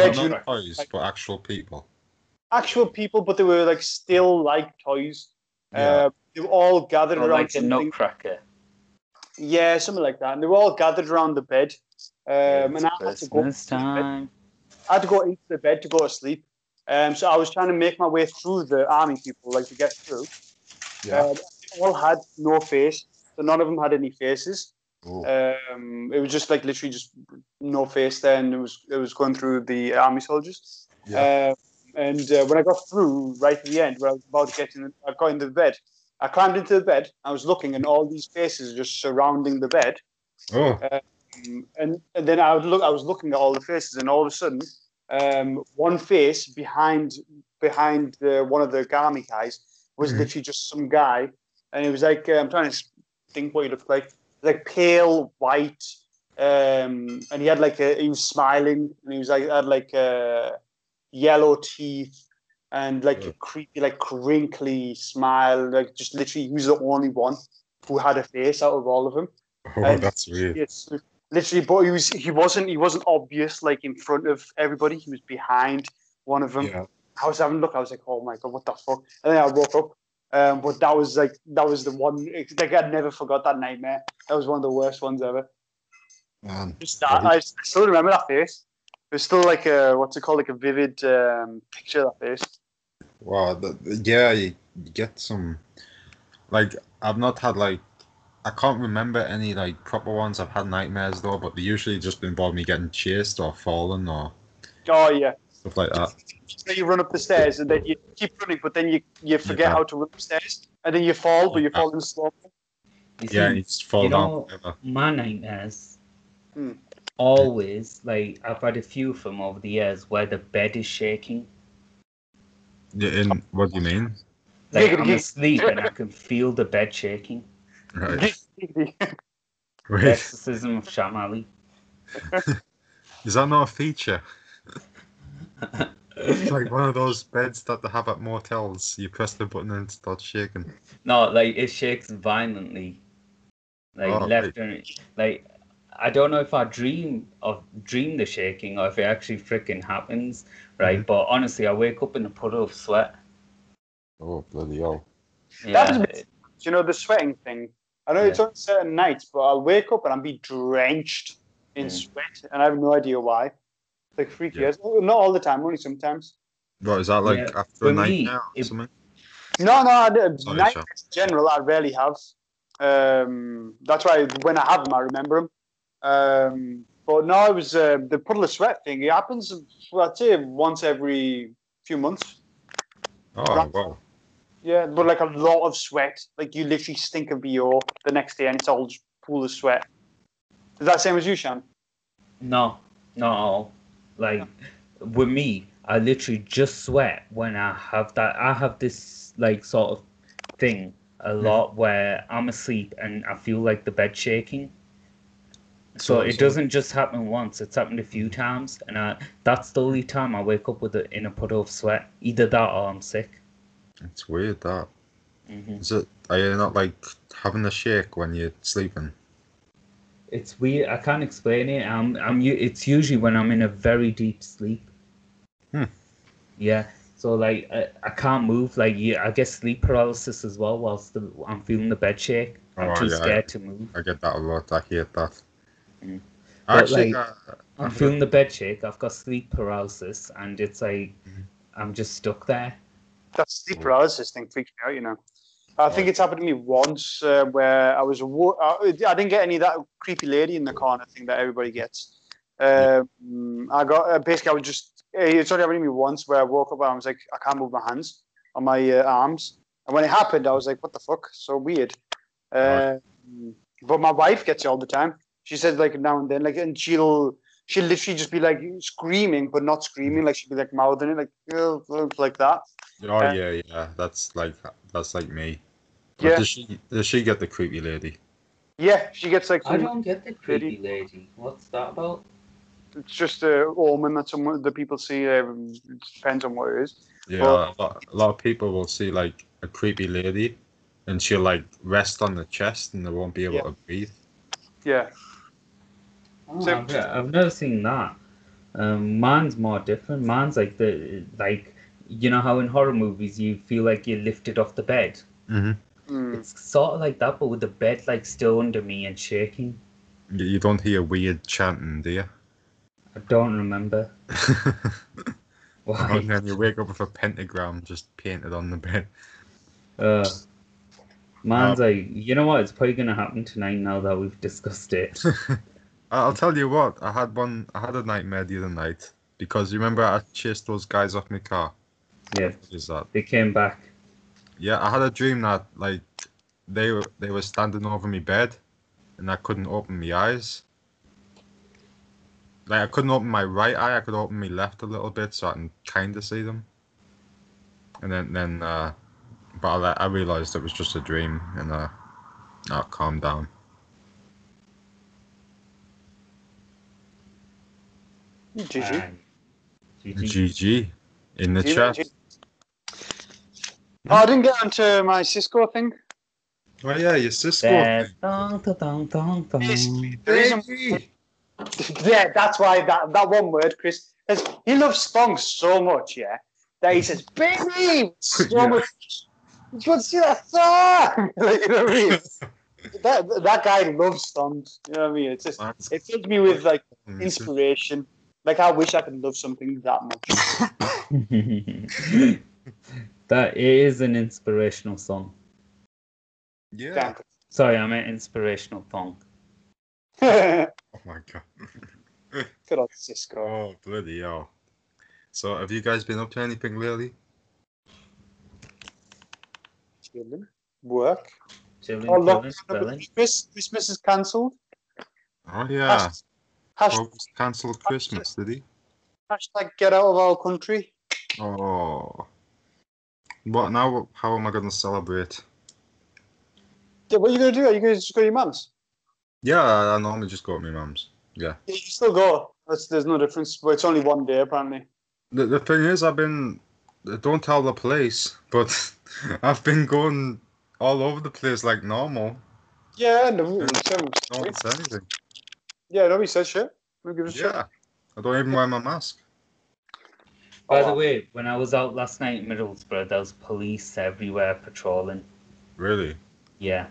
C: Red
B: Well, not
C: uniform,
B: toys,
C: like-
B: but actual people.
C: actual people, but they were like still like toys.
B: Yeah.
C: Uh, they were all gathered
G: Or
C: around
G: like a
C: something.
G: nutcracker.
C: Yeah, something like that. And they were all gathered around the bed. Um, and I had, to go,
G: Christmas time.
C: I had to go into the bed to go to sleep. Um, so I was trying to make my way through the army people, like to get through. Um, they all had no face, so none of them had any faces.
B: Ooh.
C: Um, it was just like literally just no face there, and it was it was going through the army soldiers. Um, and uh, when I got through right at the end, where I was about to get in, I got into the bed. I climbed into the bed. I was looking, and all these faces just surrounding the bed.
B: oh.
C: Um, and, and then I would look. I was looking at all the faces, and all of a sudden, um, one face behind behind the, one of the Garmy guys was
B: Mhm.
C: literally just some guy, and he was like, uh, I'm trying to think what he looked like, like pale white, um, and he had like a, he was smiling, and he was like had like uh, yellow teeth. And like a
B: Yeah.
C: creepy, like crinkly smile, like just literally, he was the only one who had a face out of all of them.
B: Oh,
C: and-
B: that's weird.
C: Yes, literally. But he was he wasn't he wasn't obvious like in front of everybody. He was behind one of them.
B: Yeah.
C: I was having a look. I was like, oh my god, what the fuck? And then I woke up. Um, but that was like that was the one like I never forgot that nightmare. That was one of the worst ones ever.
B: Man.
C: Just that I, I still remember that face. It was still like a what's it called like a vivid um, picture of that face.
B: Wow. That, yeah, you get some. Like I've not had like. I can't remember any like proper ones. I've had nightmares though, but they usually just involve me getting chased or fallen or
C: Oh yeah.
B: stuff like that.
C: So you run up the stairs and then you keep running, but then you you forget
B: Yeah.
C: how to run upstairs and then you fall, but you fall in slow.
A: You
B: Yeah,
A: see,
B: you just fall
A: you
B: down.
A: know-
B: whatever.
A: my nightmares
C: Hmm.
A: always like I've had a few of them over the years where the bed is shaking.
B: Yeah, in what do you mean?
A: Like
C: Giggity
A: I'm
C: gig.
A: asleep and I can feel the bed shaking.
B: Right.
A: The
B: Wait,
A: exorcism of Shamali.
B: is that not a feature? It's like one of those beds that they have at motels. You press the button and it starts shaking.
A: No, like it shakes violently, like
B: Oh,
A: left and like. I don't know if I dream of dream the shaking or if it actually freaking happens,
C: Mm-hmm.
A: right? But honestly, I wake up in a puddle of sweat.
B: Oh bloody hell!
C: That's
A: Yeah,
C: amazing. Do you know the sweating thing? I know it's on certain nights, but I'll wake up and I'll be drenched in
A: Mm.
C: sweat, and I have no idea why. It's like freaky.
B: Yeah.
C: as- Not all the time, only sometimes.
B: What is that like
A: Yeah,
B: after a
A: for me,
B: nightmare or
A: it-
B: something?
C: No, no, I, don't-
B: Sorry,
C: nights
B: Sean.
C: in general, I rarely have. Um, that's why when I have them, I remember them. Um, but no, it was uh, the puddle of sweat thing. It happens, well, I'd say, once every few months.
B: Oh wow!
C: Yeah, but like a lot of sweat. Like you literally stink of BO the next day, and it's all just pool of sweat. Is that same as you, Shan?
A: no, not at all. Like with me, I literally just sweat when I have that. I have this like sort of thing a lot where I'm asleep and I feel like the bed shaking. So it doesn't just happen once; it's happened a few times, and I, that's the only time I wake up with it in a puddle of sweat. Either that, or I'm sick.
B: It's weird that.
C: Mm-hmm.
A: Mhm.
B: Is it? Are you not like having a shake when you're sleeping?
A: It's weird. I can't explain it. I'm, I'm. u- It's usually when I'm in a very deep sleep.
B: Hmm.
A: Yeah. So like, I, I can't move. Like, yeah, I get sleep paralysis as well. Whilst the, I'm feeling the bed shake, I'm
B: Oh,
A: too
B: yeah, I-
A: scared to move.
B: I get that a lot. I hate that.
C: Mm-hmm.
H: Mm. But,
B: Actually,
H: like,
B: uh,
H: I'm feeling the bed shake. I've got sleep paralysis, and it's like
B: Mm-hmm.
H: I'm just stuck there.
C: That sleep paralysis thing freaks me out, you know. I think it's happened to me once uh, where I was, wo- I, I didn't get any of that creepy lady in the corner thing that everybody gets. Um, I got, uh, basically, I was just, it's only happened to me once where I woke up and I was like, I can't move my hands on my uh, arms. And when it happened, I was like, what the fuck? So weird. Uh, But my wife gets it all the time. She says, like, now and then, like, and she'll, she'll literally just be like screaming, but not screaming. Like, she'll be like mouthing it, like, "Ugh, ugh," like that.
B: oh
C: uh,
B: yeah, yeah, that's like that's like me. But
C: Yeah.
B: Does she does she get the creepy lady?
C: Yeah, she gets like
A: I
C: some-
A: don't get the creepy lady. What's that about?
C: it's just a omen that some the people see. Um, it depends on what it is.
B: Yeah,
C: Well-
B: a, lot, a lot of people will see like a creepy lady, and she'll like rest on the chest, and they won't be able
C: Yeah.
B: to breathe.
C: Yeah,
A: Oh,
C: So-
A: I've, I've never seen that. Um, mine's more different. Mine's like the like you know how in horror movies you feel like you're lifted off the bed.
B: Mm-hmm.
C: mm.
A: It's sort of like that, but with the bed like still under me and shaking.
B: You, you don't hear weird chanting, do you?
A: I don't remember why.
B: and then you wake up with a pentagram just painted on the bed.
A: Uh, mine's like you know what? It's probably gonna happen tonight now that we've discussed it.
B: I- I'll tell you what, I had one. I had a nightmare the other night because you remember I chased those guys off my car.
A: Yeah,
B: Is that?
A: they came back.
B: Yeah, I had a dream that like they were they were standing over my bed, and I couldn't open my eyes. Like I couldn't open my right eye. I could open my left a little bit so I can kind of see them. And then then, uh, but I, like, I realized it was just a dream, and uh, I calmed down.
C: GG.
A: Um, GG.
B: GG in the
C: GG.
B: chat.
C: Oh, I didn't get onto my Cisco thing.
B: Oh yeah, your Cisco.
A: There's dun, dun, dun, dun, dun.
B: Mm.
C: Basically, the reason, yeah, that's why that, that one word, Chris, is he loves Spong so much, yeah, that he says, baby, so
B: Yeah.
C: much. You should see that song. like, you know what I mean? that, that guy loves songs. You know what I mean? It's just, it filled me with like
B: Mm-hmm.
C: inspiration. Like, I wish I could love something that much.
A: that is an inspirational song.
B: Yeah.
A: Sorry, I meant inspirational song.
C: Damn.
B: Oh my god.
C: Good old Cisco.
B: Oh bloody hell! So have you guys been up to anything lately?
C: Chilling. Work.
A: Chilling,
C: Oh,
A: chilling,
C: lockdown over
A: chilling.
C: Christmas. Christmas is cancelled.
B: Oh yeah,
C: Hasht- Hashtag,
B: Bob cancelled Christmas, did he?
C: hashtag get out of our country.
B: Oh. What now? How am I gonna celebrate?
C: Yeah, what are you going to do? Are you going to just go to your mum's?
B: Yeah, I normally just go to my mum's. Yeah.
C: Yeah, you can still go. That's, there's no difference. But it's only one day, apparently.
B: The, the thing is, I've been. uh, Don't tell the place, but I've been going all over the place like normal.
C: Yeah, no,
B: No one said anything.
C: yeah, nobody says shit. Nobody gives a shit.
B: Yeah. I don't even wear my mask.
A: By
C: Oh,
A: the way, when I was out last night in Middlesbrough, there was police everywhere patrolling.
B: Really?
A: Yeah.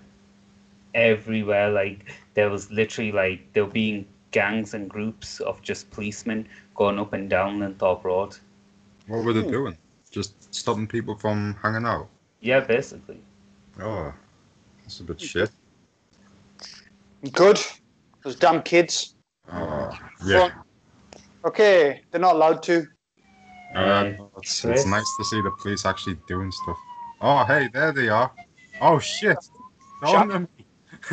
A: Everywhere. Like, there was literally, like, there were being gangs and groups of just policemen going up and down Linthorpe Road.
B: What were they
C: Hmm.
B: doing? Just stopping people from hanging out.
A: Yeah, basically.
B: Oh, that's a bit shit.
C: Good. Those damn kids.
B: Oh, yeah.
C: Okay, they're not allowed to.
B: Uh, it's, it's
A: Chris?
B: nice to see the police actually doing stuff. Oh, hey, there they are. Oh, shit. They're on them.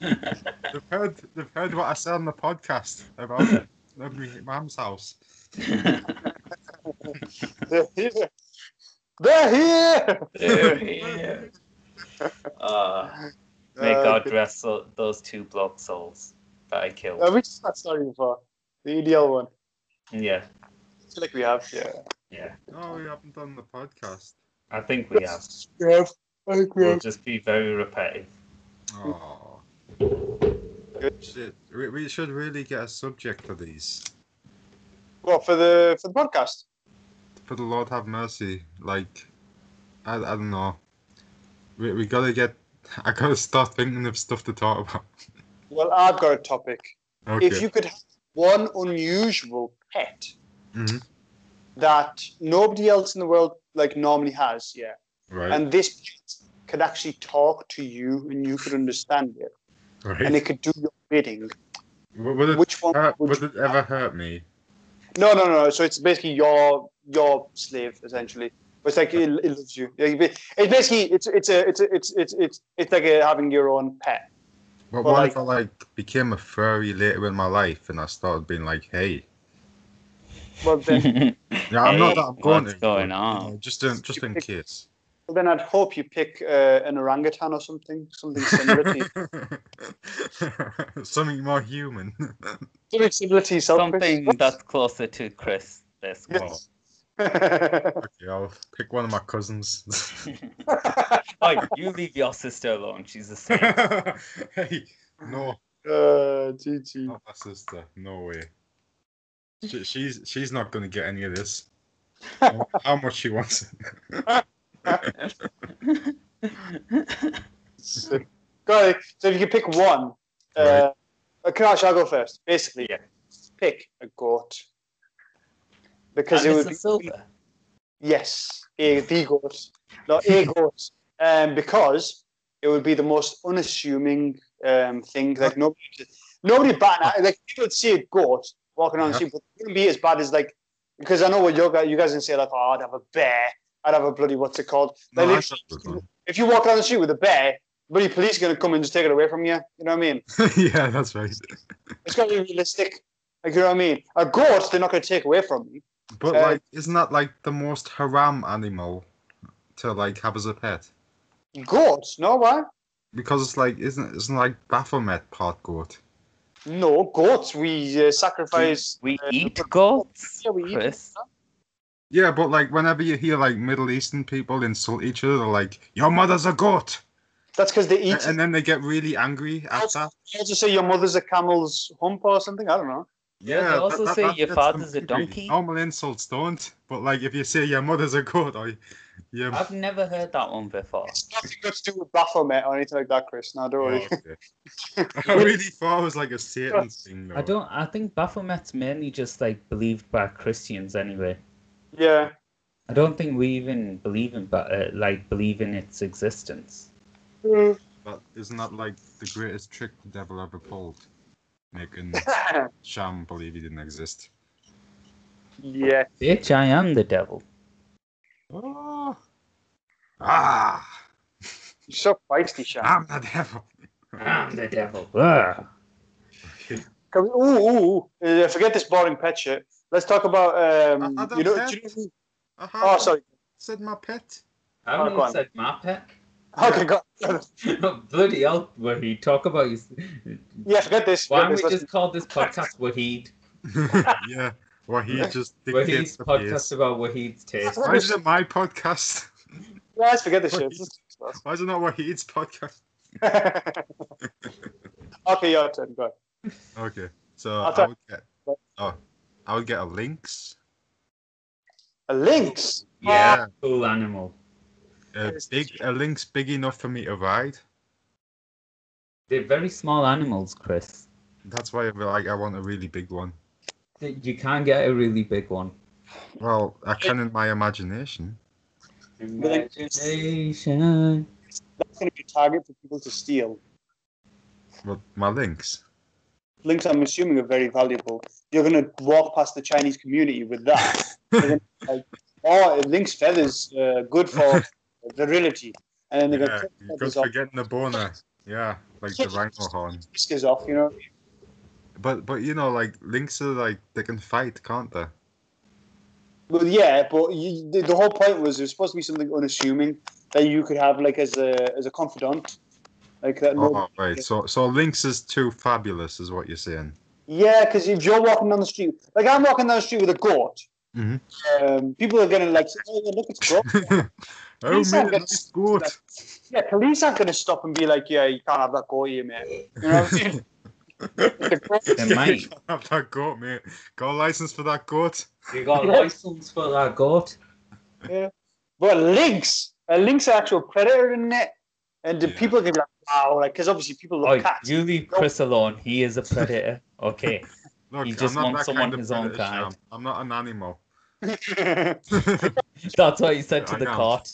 B: they've, heard, they've heard what I said on the podcast about my mum's house.
C: They're here. They're here.
A: yeah. Uh, may
C: Uh,
A: God rest tho- those two block souls that I killed.
C: Have we Uh, just that story before? The EDL one.
A: Yeah,
C: I feel like we have. Yeah.
A: yeah.
B: No, we haven't done the podcast.
A: I think we have.
C: We have. I think we
A: We'll
C: have.
A: just be very repetitive.
B: Oh. Shit. We, we should really get a subject for these.
C: What for the for the podcast?
B: for the Lord have mercy. Like, I, I don't know. We, we gotta get. I gotta start thinking of stuff to talk about.
C: Well, I've got a topic.
B: Okay.
C: If you could have one unusual pet
B: Mhm.
C: that nobody else in the world like normally has, yeah,
B: Right.
C: and this pet could actually talk to you and you could understand it
B: right.
C: and it could do your bidding,
B: W- would it,
C: which one
B: hurt-
C: would
B: would
C: you
B: it ever hurt me?
C: No, no, no. So it's basically your your slave essentially. But it's like it, it loves you. Like, it ba- It's basically it's it's a it's a, it's it's it's it's like a, having your own pet.
B: But
C: Well,
B: what if I like became a furry later in my life and I started being like, hey,
C: Well then,
B: yeah, I'm not
E: Hey,
B: that I'm going
E: what's
B: to,
E: going
B: but, You know,
E: on?
B: just in, just in case.
C: well, then I'd hope you pick uh, an orangutan or something, something similar to you.
B: Something more human.
C: something similar to yourself.
E: Something that's closer to Chris. This
C: Yes.
E: one.
C: Chris.
B: yeah, I'll pick one of my cousins.
E: Oh, you leave your sister alone. She's a saint.
B: hey, no,
C: uh, GG.
B: not my sister. No way. She, she's she's not gonna get any of this. How much she wants it.
C: So, go ahead. So if you could pick one, uh, uh, can I, shall I go first? Basically, yeah. Pick a goat because it
E: And
C: would
E: it's a
C: be
E: silver.
C: Yes, a, the goat, not a goat, um, because it would be the most unassuming um, thing. Like nobody, nobody bat. an eye. Like people would see a goat walking on the
B: Yeah.
C: street, but it wouldn't be as bad as like because I know what you guys you guys can say like, oh, I'd have a bear, I'd have a bloody what's it called?
B: No,
C: Like,
B: I
C: literally,
B: thought it was one.
C: if you walk down the street with a bear, bloody police are gonna come and just take it away from you. You know what I mean?
B: yeah, that's right.
C: It's gotta be realistic. Like you know what I mean? A goat, they're not gonna take away from me.
B: But
C: Uh,
B: like, isn't that like the most haram animal to like have as a pet?
C: Goats? No, why?
B: Because it's like, isn't isn't like Baphomet part goat?
C: No, goats. We uh, sacrifice.
E: We eat goats,
C: Yeah, we eat
E: Chris.
B: Yeah, but like whenever you hear like Middle Eastern people insult each other, they're like your mother's a goat,
C: That's because they
B: A-
C: eat.
B: and then they get really angry at that.
C: They also say your mother's a camel's hump or something. I don't know.
E: Yeah, they also say your
B: gets
E: father's
B: them
E: a
B: angry.
E: donkey.
B: Normal insults don't, but like if you say your mother's a goat, or your
E: I've never heard that one before.
C: It's nothing got to do with Baphomet or anything like that, Chris. No, don't
B: Oh,
C: worry.
B: okay. I really thought it was like a Satan thing. Though.
A: I don't. I think Baphomet's mainly just like believed by Christians anyway.
C: Yeah.
A: I don't think we even believe in, but uh, like believe in its existence.
B: But isn't that like the greatest trick the devil ever pulled? Making Sham believe he didn't exist.
C: yeah.
A: Bitch, I am the devil.
B: Oh. Ah,
C: You're so feisty, Sean.
B: I'm the devil.
A: I'm the devil. Ugh.
C: Can we- Ooh, ooh, ooh. Uh, forget this boring pet shit. Let's talk about. Um,
B: I- I don't
C: you know,
B: pet.
C: do you know who-
B: Uh-huh.
C: oh, sorry.
B: Said my pet.
A: I
C: Oh, go
A: haven't
C: on.
A: said my peck.
C: Okay, go.
A: Bloody hell, Wahid. Talk about your.
C: Yeah, forget this.
A: Why don't
C: Forget
A: we
C: this. Let's-
A: just call this podcast Wahid?
B: yeah. Well, he just
A: Wahid's
B: dictates the
A: podcast
B: pace.
A: about Wahid's taste.
B: Why is it my podcast?
C: Let's forget this shit. Let's-
B: Why is it not Wahid's podcast?
C: okay, your turn. Go.
B: Okay, so
C: I'll
B: I
C: try-
B: would get. Oh, I would get a lynx,
C: A lynx.
A: Yeah, cool animal.
B: a big, a lynx big enough for me to ride.
A: They're very small animals, Chris.
B: That's why I feel like I want a really big one.
A: You can get a really big one.
B: Well, I can in my imagination.
C: But then
A: Imagination.
C: That's going to be a target for people to steal.
B: Well, my links.
C: Links, I'm assuming, are very valuable. You're going to walk past the Chinese community with that. They're gonna be like, oh, links feathers, uh, good for virility. And then they're
B: Yeah,
C: going to
B: because
C: take
B: we're getting the boner. Yeah, like the rhino horn.
C: whiskers off, you know.
B: But but you know, like links are like they can fight, can't they?
C: But yeah, but you, the, the whole point was there's supposed to be something unassuming that you could have like as a as a confidant, like that.
B: Oh, right. So so links is too fabulous, is what you're saying.
C: Yeah, because if you're walking down the street, like I'm walking down the street with a goat,
B: Mhm.
C: um, people are going to like, oh, look, it's a goat.
B: oh
C: Yes, I
B: man,
C: got-
B: nice goat.
C: Yeah, police aren't going to stop and be like, yeah, you can't have that go here, mate. You know what I mean? The goat-
A: They might.
B: Have that goat, mate. Got a license for that goat?
A: You got a license for that goat?
C: yeah. But lynx, a lynx are actual predator, isn't it? And the people can be like, wow, like because obviously people love
A: oh,
C: cats.
A: you leave Chris alone. He is a predator. Okay.
B: Look,
A: He just
B: I'm not
A: wants
B: that
A: someone
B: kind of
A: his own
B: British,
A: kind.
B: Sam. I'm not an animal.
A: That's what he said to
B: I
A: the
B: know.
A: cart.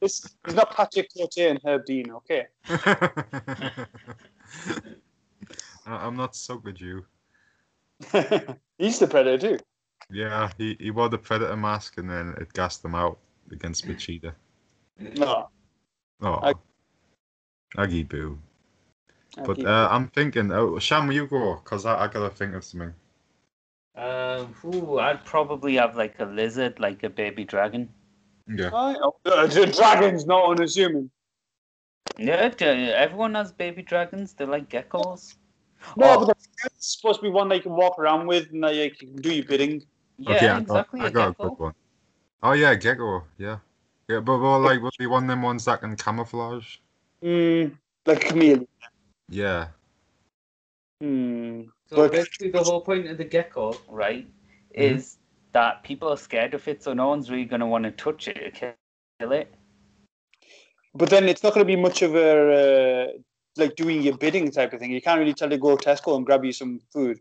C: This is not Patrick Cote and Herb Dean, okay?
B: I- I'm not so good, you.
C: He's the predator too.
B: Yeah, he, he wore the predator mask and then it gassed them out against Machida.
C: No.
B: Oh,
C: Ag-
B: Aggie Boo. But
C: Okay.
B: uh, I'm thinking, oh, Sham, you go, because I, I gotta think of something.
E: Um, ooh, I'd probably have like a lizard, like a baby dragon.
B: Yeah.
C: I- oh, uh, the dragon's not unassuming.
E: Yeah, d- everyone has baby dragons. They're like geckos.
C: No,
E: Oh.
C: but that's supposed to be one that you can walk around with and that you can do your bidding.
E: Oh, Yeah,
B: okay, I got,
E: exactly.
B: I
E: A
B: got a
E: gecko.
B: good one. Oh, yeah, Gecko, yeah. Yeah, but well, like, would be one of them ones that can camouflage?
C: Mm, like a chameleon.
B: Yeah.
C: Hmm.
A: So
C: Look.
A: basically, the whole point of the gecko
E: right,
B: Mm-hmm.
E: is that people are scared of it, so no one's really going to want to touch it or ki- kill it.
C: But then it's not going to be much of a uh, like doing your bidding type of thing. You can't really tell to go to Tesco and grab you some food.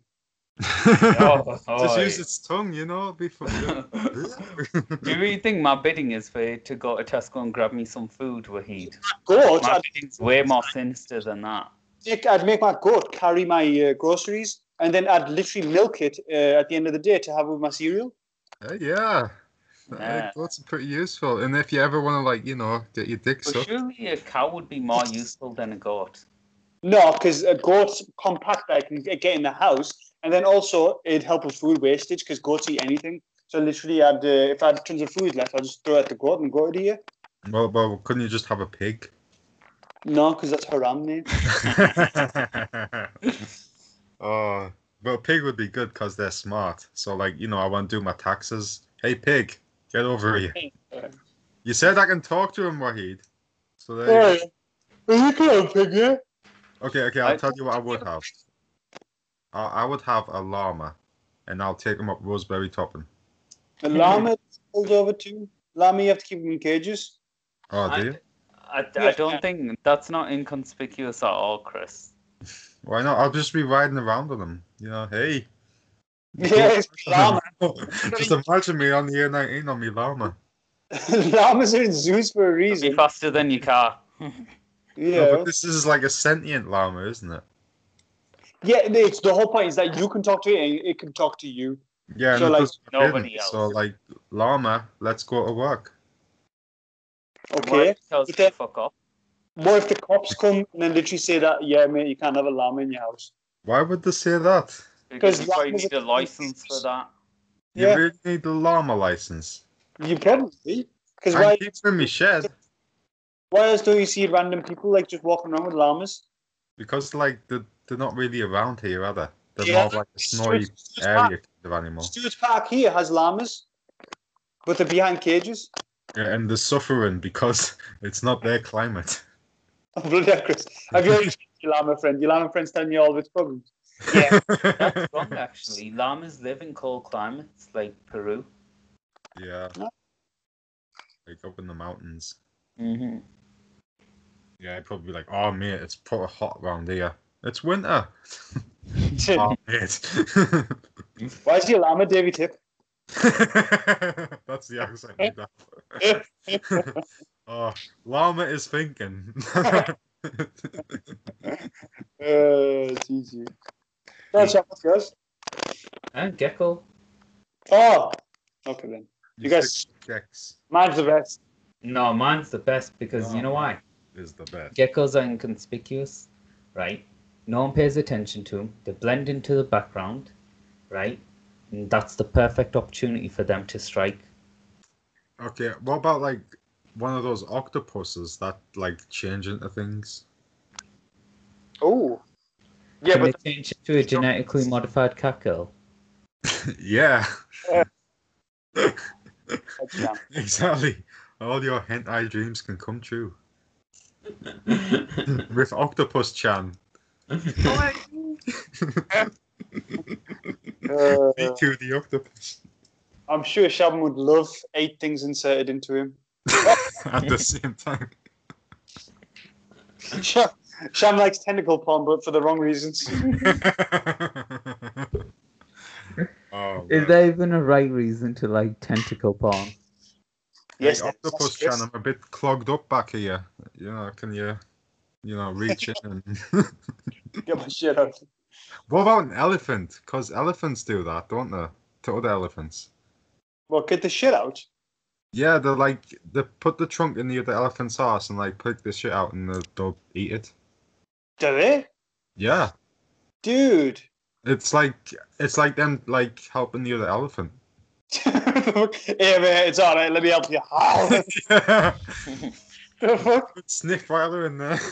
E: Oh,
B: Just
E: oh,
B: use its tongue, you know, before.
E: Do you really think my bidding is for to go to Tesco and grab me some food, Wahid?
C: Goat,
E: My
C: I'd,
E: bidding's way more sinister than that.
C: take, I'd make my goat carry my uh, groceries, and then I'd literally milk it uh, at the end of the day to have with my cereal.
B: Uh, yeah.
E: Yeah.
B: That's pretty useful. And if you ever want to, like, you know, get your dick
E: But
B: sucked.
E: surely a cow would be more useful than a goat.
C: No, because a goat's compact that I can get in the house, and then also it'd help with food wastage because goats eat anything. So literally, I'd uh, if I had tons of food left, I'd just throw it at the goat and go to you.
B: Well, well, couldn't you just have a pig?
C: No, because that's haram, name.
B: oh, but pig would be good because they're smart. So, like, you know, I want to do my taxes. Hey, pig, get over here. You said I can talk to him, Wahid. So there. You
C: you can figure.
B: go. Okay, okay. I'll tell you what I would have. I, I would have a llama, and I'll take him up Roseberry Topping.
C: The llama is pulled over too. Llama, you have to keep them in cages.
B: Oh, do you?
E: I, I
C: Yeah.
E: don't think that's not inconspicuous at all, Chris.
B: Why not? I'll just be riding around with him. You know, hey.
C: Yeah, it's llama.
B: just imagine me on the year 19 on me llama.
C: Llamas are in zoos for a
E: It'd be
C: reason.
E: faster than your car.
B: No,
C: Yeah,
B: but this is like a sentient llama, isn't it?
C: yeah. It's the whole point is that you can talk to it and it can talk to you.
B: Yeah, and
C: So,
B: it
C: like,
B: doesn't forbid
E: nobody
B: it.
E: else.
B: So, like, llama, let's go to work.
C: Okay.
E: Tells
C: But
E: you
C: then-
E: to fuck off.
C: What if the cops come and then literally say that? Yeah, mate, you can't have a llama in your house.
B: Why would they say that?
E: Because
C: Because
E: you probably
C: llamas
E: need
C: are-
E: a license for that.
B: You
C: Yeah.
B: really need the llama license.
C: You probably because
B: I
C: why?
B: keep it in my shed
C: Why else don't you see random people like just walking around with llamas?
B: because, like, they're, they're not really around here, are they? They're
C: Yeah.
B: more like a snowy
C: Stewart's- Stewart's
B: area kind of animal.
C: Stewart's Park here has llamas, but they're behind cages.
B: Yeah, and they're suffering because it's not their climate.
C: Oh, bloody hell, Chris. Have you already talked to your llama friend? Your llama friend's telling you all of its problems.
E: Yeah, that's wrong actually. Llamas live in cold climates like Peru.
B: yeah. Like, up in the mountains.
E: Mm-hmm.
B: Yeah, I'd probably be like, oh, mate, it's pretty hot around here. It's winter. oh, mate.
C: Why is your llama Davy Tip?
B: That's the accent. we got. oh, llama is thinking.
C: Uh, it's easy. That's up, guys.
A: and Uh, gecko.
C: Oh, okay then. You guys-
B: Gex
C: Mine's the best.
A: No, mine's the best because
E: Oh.
A: you know why?
B: is the best.
A: Geckos are inconspicuous, right? No one pays attention to them. They blend into the background, right? And that's the perfect opportunity for them to strike.
B: Okay, what about like one of those octopuses that like change into things?
C: Oh, yeah,
A: Can
C: but
A: they change it to a genetically modified cat girl?
B: yeah,
C: that's fine.
B: exactly. All your hentai dreams can come true. With Octopus Chan.
C: Uh,
B: BQ the octopus
C: I'm sure Shabam would love eight things inserted into him.
B: at the same time.
C: Sham, Sham likes tentacle porn, but for the wrong reasons.
B: oh,
D: Is
B: man.
D: there even a right reason to like tentacle porn?
C: yes,
B: Hey, octopus
C: yes.
B: Chan, I'm a bit clogged up back here. You know, can you, you know, reach in? And...
C: Get my shit out.
B: what about an elephant? Because elephants do that, don't they? To other elephants.
C: Well, get the shit out.
B: Yeah, they're like they put the trunk in the other elephant's ass and like pick the shit out and they'll, they'll eat it.
C: Do they?
B: Yeah,
C: Dude.
B: it's like it's like them like helping the other elephant.
C: yeah, man, it's all right. Let me help you. Oh. the fuck?
B: It's Nick Wilder in there.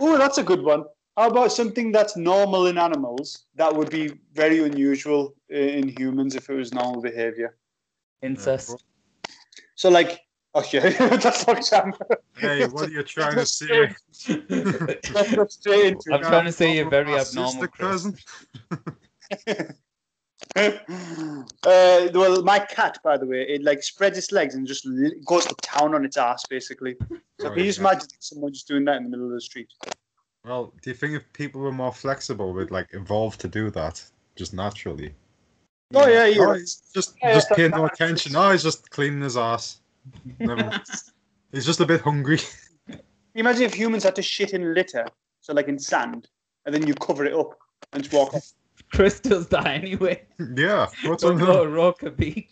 C: Oh, that's a good one. How about something that's normal in animals that would be very unusual i- in humans if it was normal behavior?
A: Incest.
C: So, like, okay, that's not Sam.
B: hey, what are you trying to say?
C: Let's go straight into
A: I'm
C: it.
A: trying to say you're very
B: My
A: abnormal,
B: sister
A: Chris.
B: cousin.
C: uh, well, my cat, by the way, it like spreads its legs and just l- goes to town on its ass, basically. So
B: Oh,
C: can you just
B: yeah.
C: imagine someone just doing that in the middle of the street?
B: Well, do you think if people were more flexible, would like evolve to do that just naturally?
C: Oh yeah, yeah.
B: Oh, he's just
C: Yeah,
B: just
C: yeah.
B: paying no attention. Oh, he's just cleaning his ass. Never mind. he's just a bit hungry.
C: Imagine if humans had to shit in litter, so like in sand, and then you cover it up and just walk off.
A: Chris does that anyway.
B: yeah, what's
A: Don't
B: on
A: go to Roca Beach.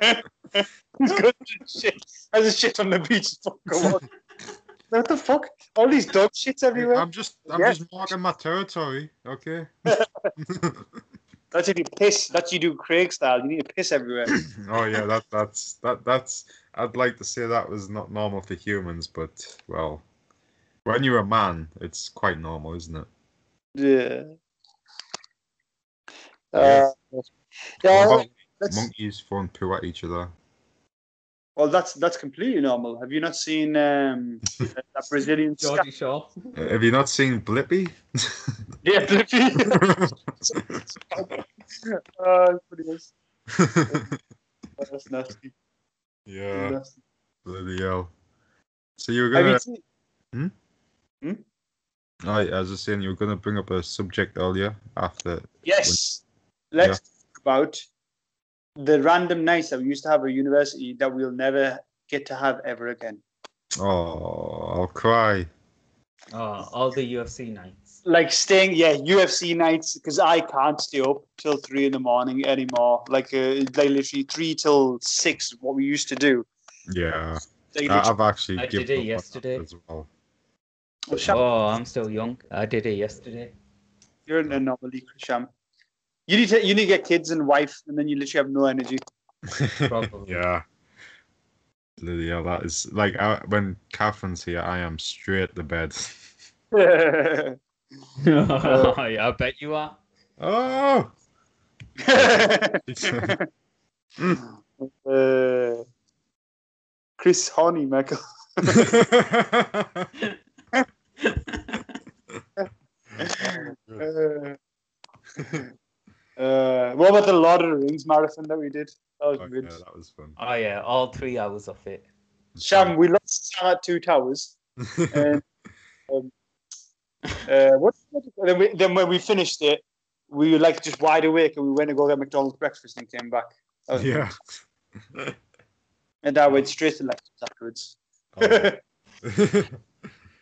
C: It's good to shit. I just shit on the beach. Fuck, go on. what the fuck? All these dog shits everywhere.
B: I'm just I'm
C: Yeah.
B: just marking my territory. Okay.
C: That's if you piss. That's you do Craig style. You need to piss everywhere.
B: oh yeah, that that's that that's. I'd like to say that was not normal for humans, but well, when you're a man, it's quite normal, isn't it?
C: yeah. Uh,
B: Yeah. What
C: yeah.
B: about
C: Let's,
B: monkeys throwing poo at each other.
C: well, that's that's completely normal. Have you not seen um, that Brazilian?
A: Geordie Shaw.
B: Have you not seen Blippi?
C: Yeah, Blippi. uh, that's pretty nice. That's nasty.
B: yeah,
C: Nasty.
B: bloody hell. So you were
C: Have
B: gonna.
C: you seen,
B: I, I was just saying you were gonna bring up a subject earlier after.
C: yes.
B: Yeah.
C: Let's talk about the random nights that we used to have at university that we'll never get to have ever again.
B: Oh, I'll cry.
A: Oh, all the UFC nights.
C: Like staying, yeah, UFC nights because I can't stay up till three in the morning anymore. Like, uh, like literally three till six, what we used to do.
B: Yeah,
C: Like,
B: I, I've actually.
A: I did it
B: given up on that
A: yesterday.
B: as well.
C: literally- Sham,
A: Oh, I'm still young. I did it yesterday.
C: you're an anomaly, Sham. You need to you need to get kids and wife, and then you literally have no energy.
A: Probably.
B: yeah. Bloody hell, that is like I, when Catherine's here, I am straight to bed.
A: Oh, I bet you are.
B: oh.
C: uh, Chris Honey, Michael. Uh, uh, what about the Lord of the Rings marathon that we did? That was
B: Fuck
C: good.
B: yeah, that was fun.
A: Oh yeah, all three hours of it.
C: Sham, we lost Sam at Two Towers. And, um, uh, what, what- then, we, then when we finished it, we were like just wide awake and we went to go get McDonald's breakfast and came back. That was-
B: yeah.
C: And I went straight to lectures afterwards.
B: Oh.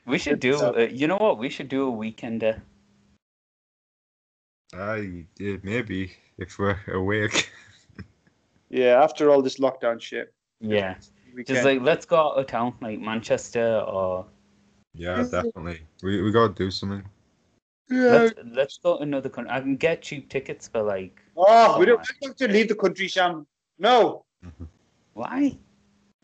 E: We should do.
C: So-
E: Uh, you know what? We should do a
A: uh,
E: weekender.
B: I yeah, maybe if we're awake.
C: yeah, after all this lockdown shit.
A: Yeah.
C: We
A: Just
C: can-
A: like let's go out of town, like Manchester or
B: Yeah, definitely. We we gotta do something.
C: yeah.
A: let's let's go to another country. I can get cheap tickets for like
C: Oh, we
A: Oh,
C: don't
A: my.
C: we don't have to leave the country, Sham. No.
A: why?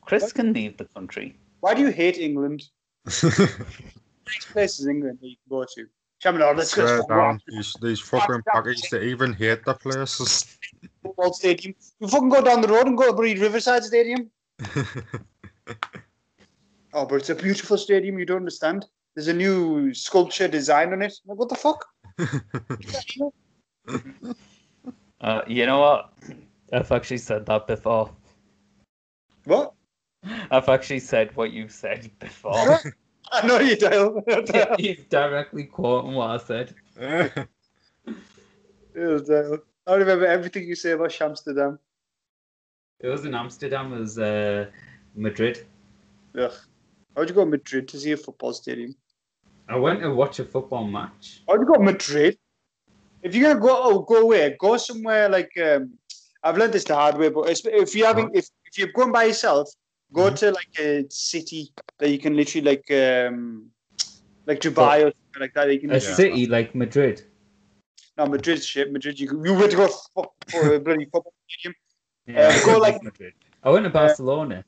A: Chris
C: What?
A: can leave the country.
C: Why do you hate England? Nice places in England that you can go to. Sham, no, Oh, let's go
B: Swear
C: to Rock
B: down, these, these fucking packages that even hate the places.
C: Football Stadium. You fucking go down the road and go to bloody Riverside Stadium. Oh, but it's a beautiful stadium. You don't understand. There's a new sculpture design on it. Like, what the fuck?
A: Uh, you know what? I've actually said that before.
C: What?
E: I've actually said what you said before.
C: I know you, Dale. Dale.
D: He's directly quoting what I said.
C: Dale, Dale. I remember everything you say about Amsterdam.
D: It was in Amsterdam, it was uh, Madrid.
C: Ugh. How'd you go to Madrid to see a football stadium?
D: I went to watch a football match.
C: How'd you go to Madrid? If you're gonna go oh, go away, go somewhere like um, I've learned this the hard way, but it's- if you're having if, if you're going by yourself, go to like a city that you can literally like um, like Dubai or something like that. that You can
D: A
C: literally-
D: city like Madrid.
C: no Madrid shit, Madrid. You you went to go fuck for a bloody football stadium.
D: Yeah,
C: go
D: I went to
C: like-
D: Madrid. I went to Barcelona.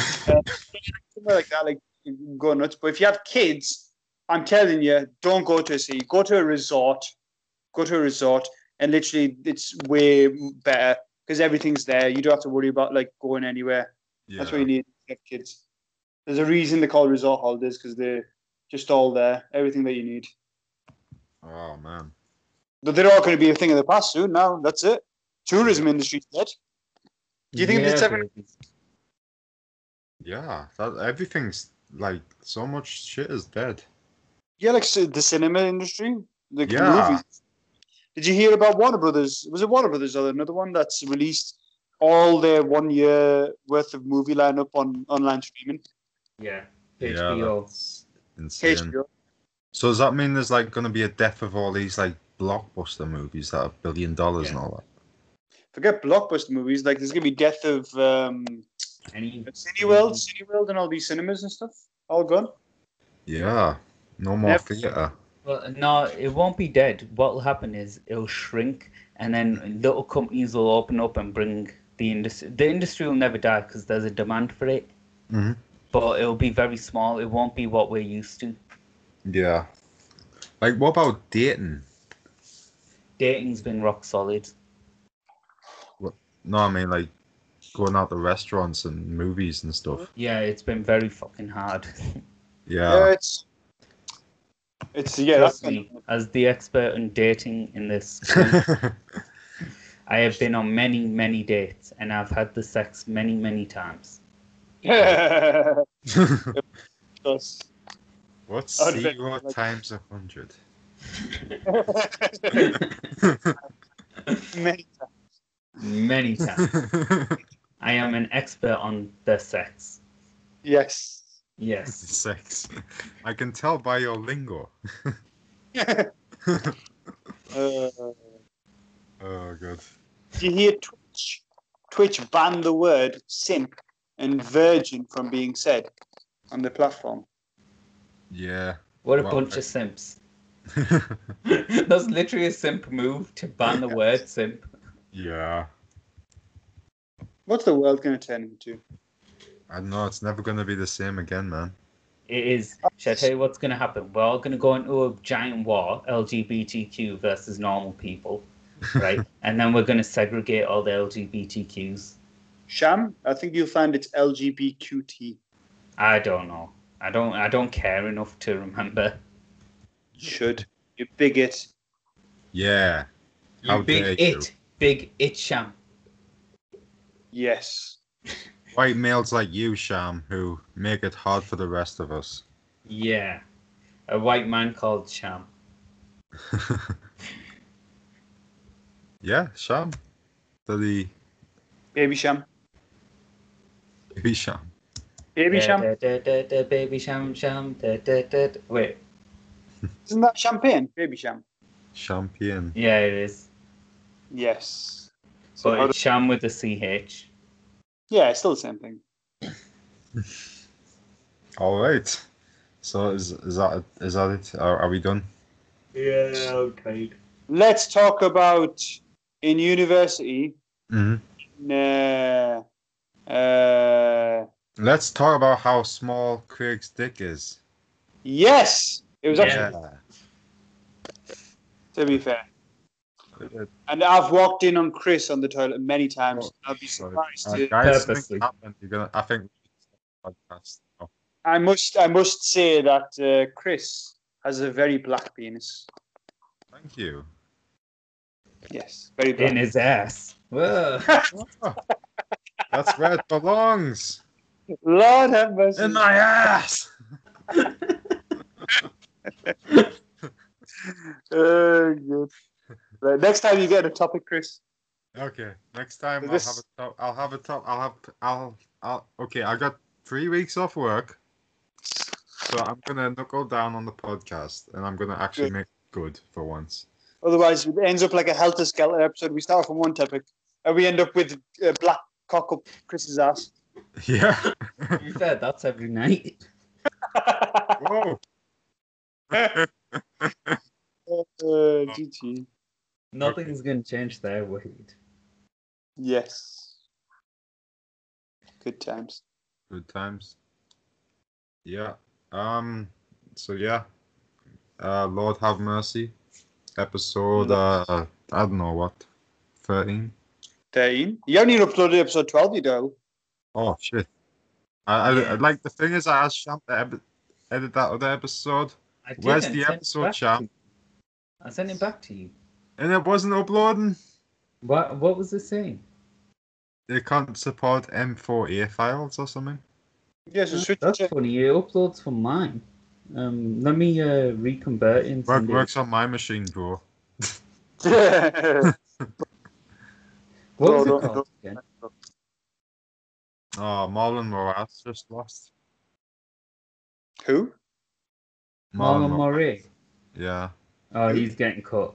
C: somewhere like that, like you can go nuts. But if you have kids, I'm telling you, don't go to a sea. Go to a resort. Go to a resort, and literally, it's way better because everything's there. You don't have to worry about like going anywhere. That's what you need. If you have kids. There's a reason they call resort holidays because they're just all there, everything that you need.
B: Oh man.
C: But they're all going to be a thing of the past soon. Now that's it. Tourism industry's dead. Do you think
D: yeah,
C: it's ever-
D: baby.
B: Yeah, that everything's like so much shit is dead.
C: Yeah, like so the cinema industry, like
B: Yeah.
C: the movies. Did you hear about Warner Brothers? Was it Warner Brothers or another one that's released all their one year worth of movie lineup on online streaming?
D: Yeah.
B: Yeah,
D: HBO.
B: that's insane.
C: HBO.
B: So does that mean there's like going to be a death of all these like blockbuster movies that are billion dollars and all
C: Forget blockbuster movies. Like there's gonna be death of um,
D: Any
C: Cineworld, Cineworld, and all these cinemas and stuff. All gone.
B: that? Yeah. No more
C: Yep.
B: theater.
A: Well, no, it won't be dead. What will happen is it'll shrink, and then little companies will open up and bring the industry. The industry will never die because there's a demand for it,
C: Mm-hmm.
B: Mhm.
A: but it'll be very small. It won't be what we're used to.
B: Yeah. Like what about dating?
A: Dating's been rock solid.
B: No, I mean like going out to restaurants and movies and stuff.
A: Yeah, it's been very fucking hard.
C: Yeah,
B: Yeah.
C: it's it's yeah. That's
A: Trust me, as the expert in dating in this, I have been on many, many dates, and I've had the sex many, many times.
C: That's-
B: What's
C: I'd bet-
B: zero times a hundred?
C: Many times.
A: Many times. I am an expert on the sex.
C: yes.
A: Yes.
B: Six. I can tell by your lingo.
C: Uh,
B: Oh god.
C: Do you hear Twitch? Twitch banned the word simp and virgin from being said on the platform.
B: Yeah.
A: What a
B: Well,
A: bunch
B: I-
A: of simps. That's literally a simp move to ban the word simp.
B: yeah.
C: What's the world going to turn into?
B: I don't know. It's never gonna be the same again, man.
A: It is. Shall I tell you what's going to happen? We're all going to go into a giant war, LGBTQ versus normal people, right? and then we're going to segregate all the LGBTQs.
C: Sham, I think you'll find it's LGBTQT.
A: I don't know. I don't. I don't care enough to remember.
C: Should. You bigot.
B: Yeah.
A: You
B: How
A: big
B: dare you.
A: it, big it sham.
C: Yes.
B: White males like you, Sham, who make it hard for the rest of us.
A: Yeah, a white man called Sham.
B: Yeah, Sham. Bloody
C: Baby Sham.
B: baby Sham.
C: Baby
A: Da,
C: Sham.
A: da, da, da, da, baby sham sham. Da, da, da, da. Wait,
C: Isn't that champagne? Baby Sham.
B: Champion.
A: yeah, it is.
C: Yes. So how
A: But
C: do-
A: it's sham with a ch.
C: yeah, it's still the same thing.
B: All right. So is is that is that it? Are, are we done?
D: Yeah, okay.
C: Let's talk about in university.
B: hmm
C: Uh, uh,
B: Let's talk about how small Craig's dick is.
C: yes! It was actually,
B: Yeah.
C: to be fair. And I've walked in on Chris on the toilet many times. I'd be surprised.
B: Oh, Uh,
C: to-
B: guys,
A: Purposely.
B: things happen. You're gonna. I think. Podcast.
C: I must, I must say that uh, Chris has a very black penis.
B: Thank you.
C: Yes, very black.
A: In his ass. Whoa.
B: Oh, that's where it belongs.
C: Lord have mercy.
B: In my ass.
C: Uh, good. Right, next time you get a topic, Chris.
B: Okay, next time
C: This-
B: I'll have a top. I'll have a top. I'll have. I'll. I'll. Okay, I got three weeks off work, so I'm gonna knuckle down on the podcast, and I'm gonna actually
C: Good.
B: make good for once.
C: Otherwise, it ends up like a helter skelter episode. We start off on one topic, and we end up with uh, black cock up Chris's ass.
B: Yeah.
A: To be fair, that's every night.
B: Whoa.
C: Uh,
B: Oh.
C: GG.
A: Nothing's going to change there, Wade.
C: Yes. Good times.
B: Good times. Yeah. Um. So yeah. Uh, Lord have mercy. Episode.
C: Mm.
B: Uh, I don't know what. Thirteen.
C: Dane, you haven't even uploaded episode 12, you know.
B: Oh shit! I, I like the thing is I asked Champ to eb- edit that other episode,
A: I
B: Where's
A: didn't
B: the
A: send it
B: episode,
A: back to
B: chap?
A: you. I sent it back to you.
B: and it wasn't uploading.
A: What What was it saying?
B: It can't support M4A files or something.
C: Yes, it's switch
A: That's
C: it.
A: funny. It uploads from mine. Um, let me uh, reconvert it. and
B: Work,
A: send it.
B: works on my machine, bro.
A: What was
C: No,
A: it
C: no,
A: called again?
B: Oh, Marlon Moraes just lost.
C: Who?
A: Marlon
B: Moraes.
A: Moray.
B: Yeah,
A: Oh, he's getting cut.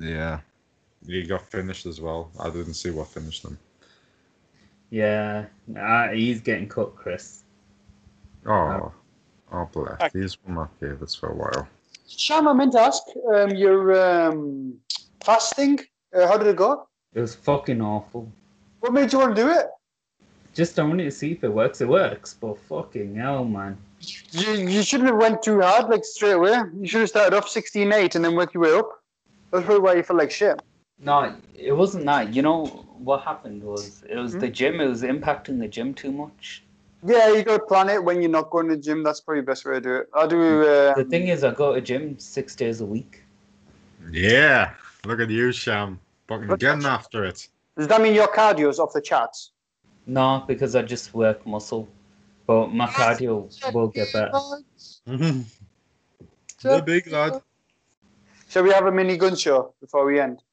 B: yeah. He got finished as well. I didn't see what finished him.
A: Yeah, uh, he's getting cut, Chris.
B: Oh, oh, bless. He's one of my favorites for a while.
C: Sham, I meant to ask, um, your um, fasting, uh, how did it go?
A: It was fucking awful.
C: What made you want to do it?
A: Just I wanted to see if it works. It works, but fucking hell, man.
C: You, you shouldn't have went too hard, like, straight away. You should have started off 16-8 and then worked your way up. That's probably why you felt like shit.
E: No, it wasn't that. You know what happened was it was
C: Hmm?
E: the gym. It was impacting the gym too much.
C: Yeah, you got to plan it when you're not going to the gym. That's probably the best way to do it. I do... Uh,
A: Hmm.
E: The thing is, I go to gym six days a week.
B: Yeah, look at you, Sham. Fucking getting after it.
C: does that mean your cardio's off the charts?
E: No, because I just work muscle. But my cardio will get better.
B: the big lad.
C: Shall we have a mini gun show before we end?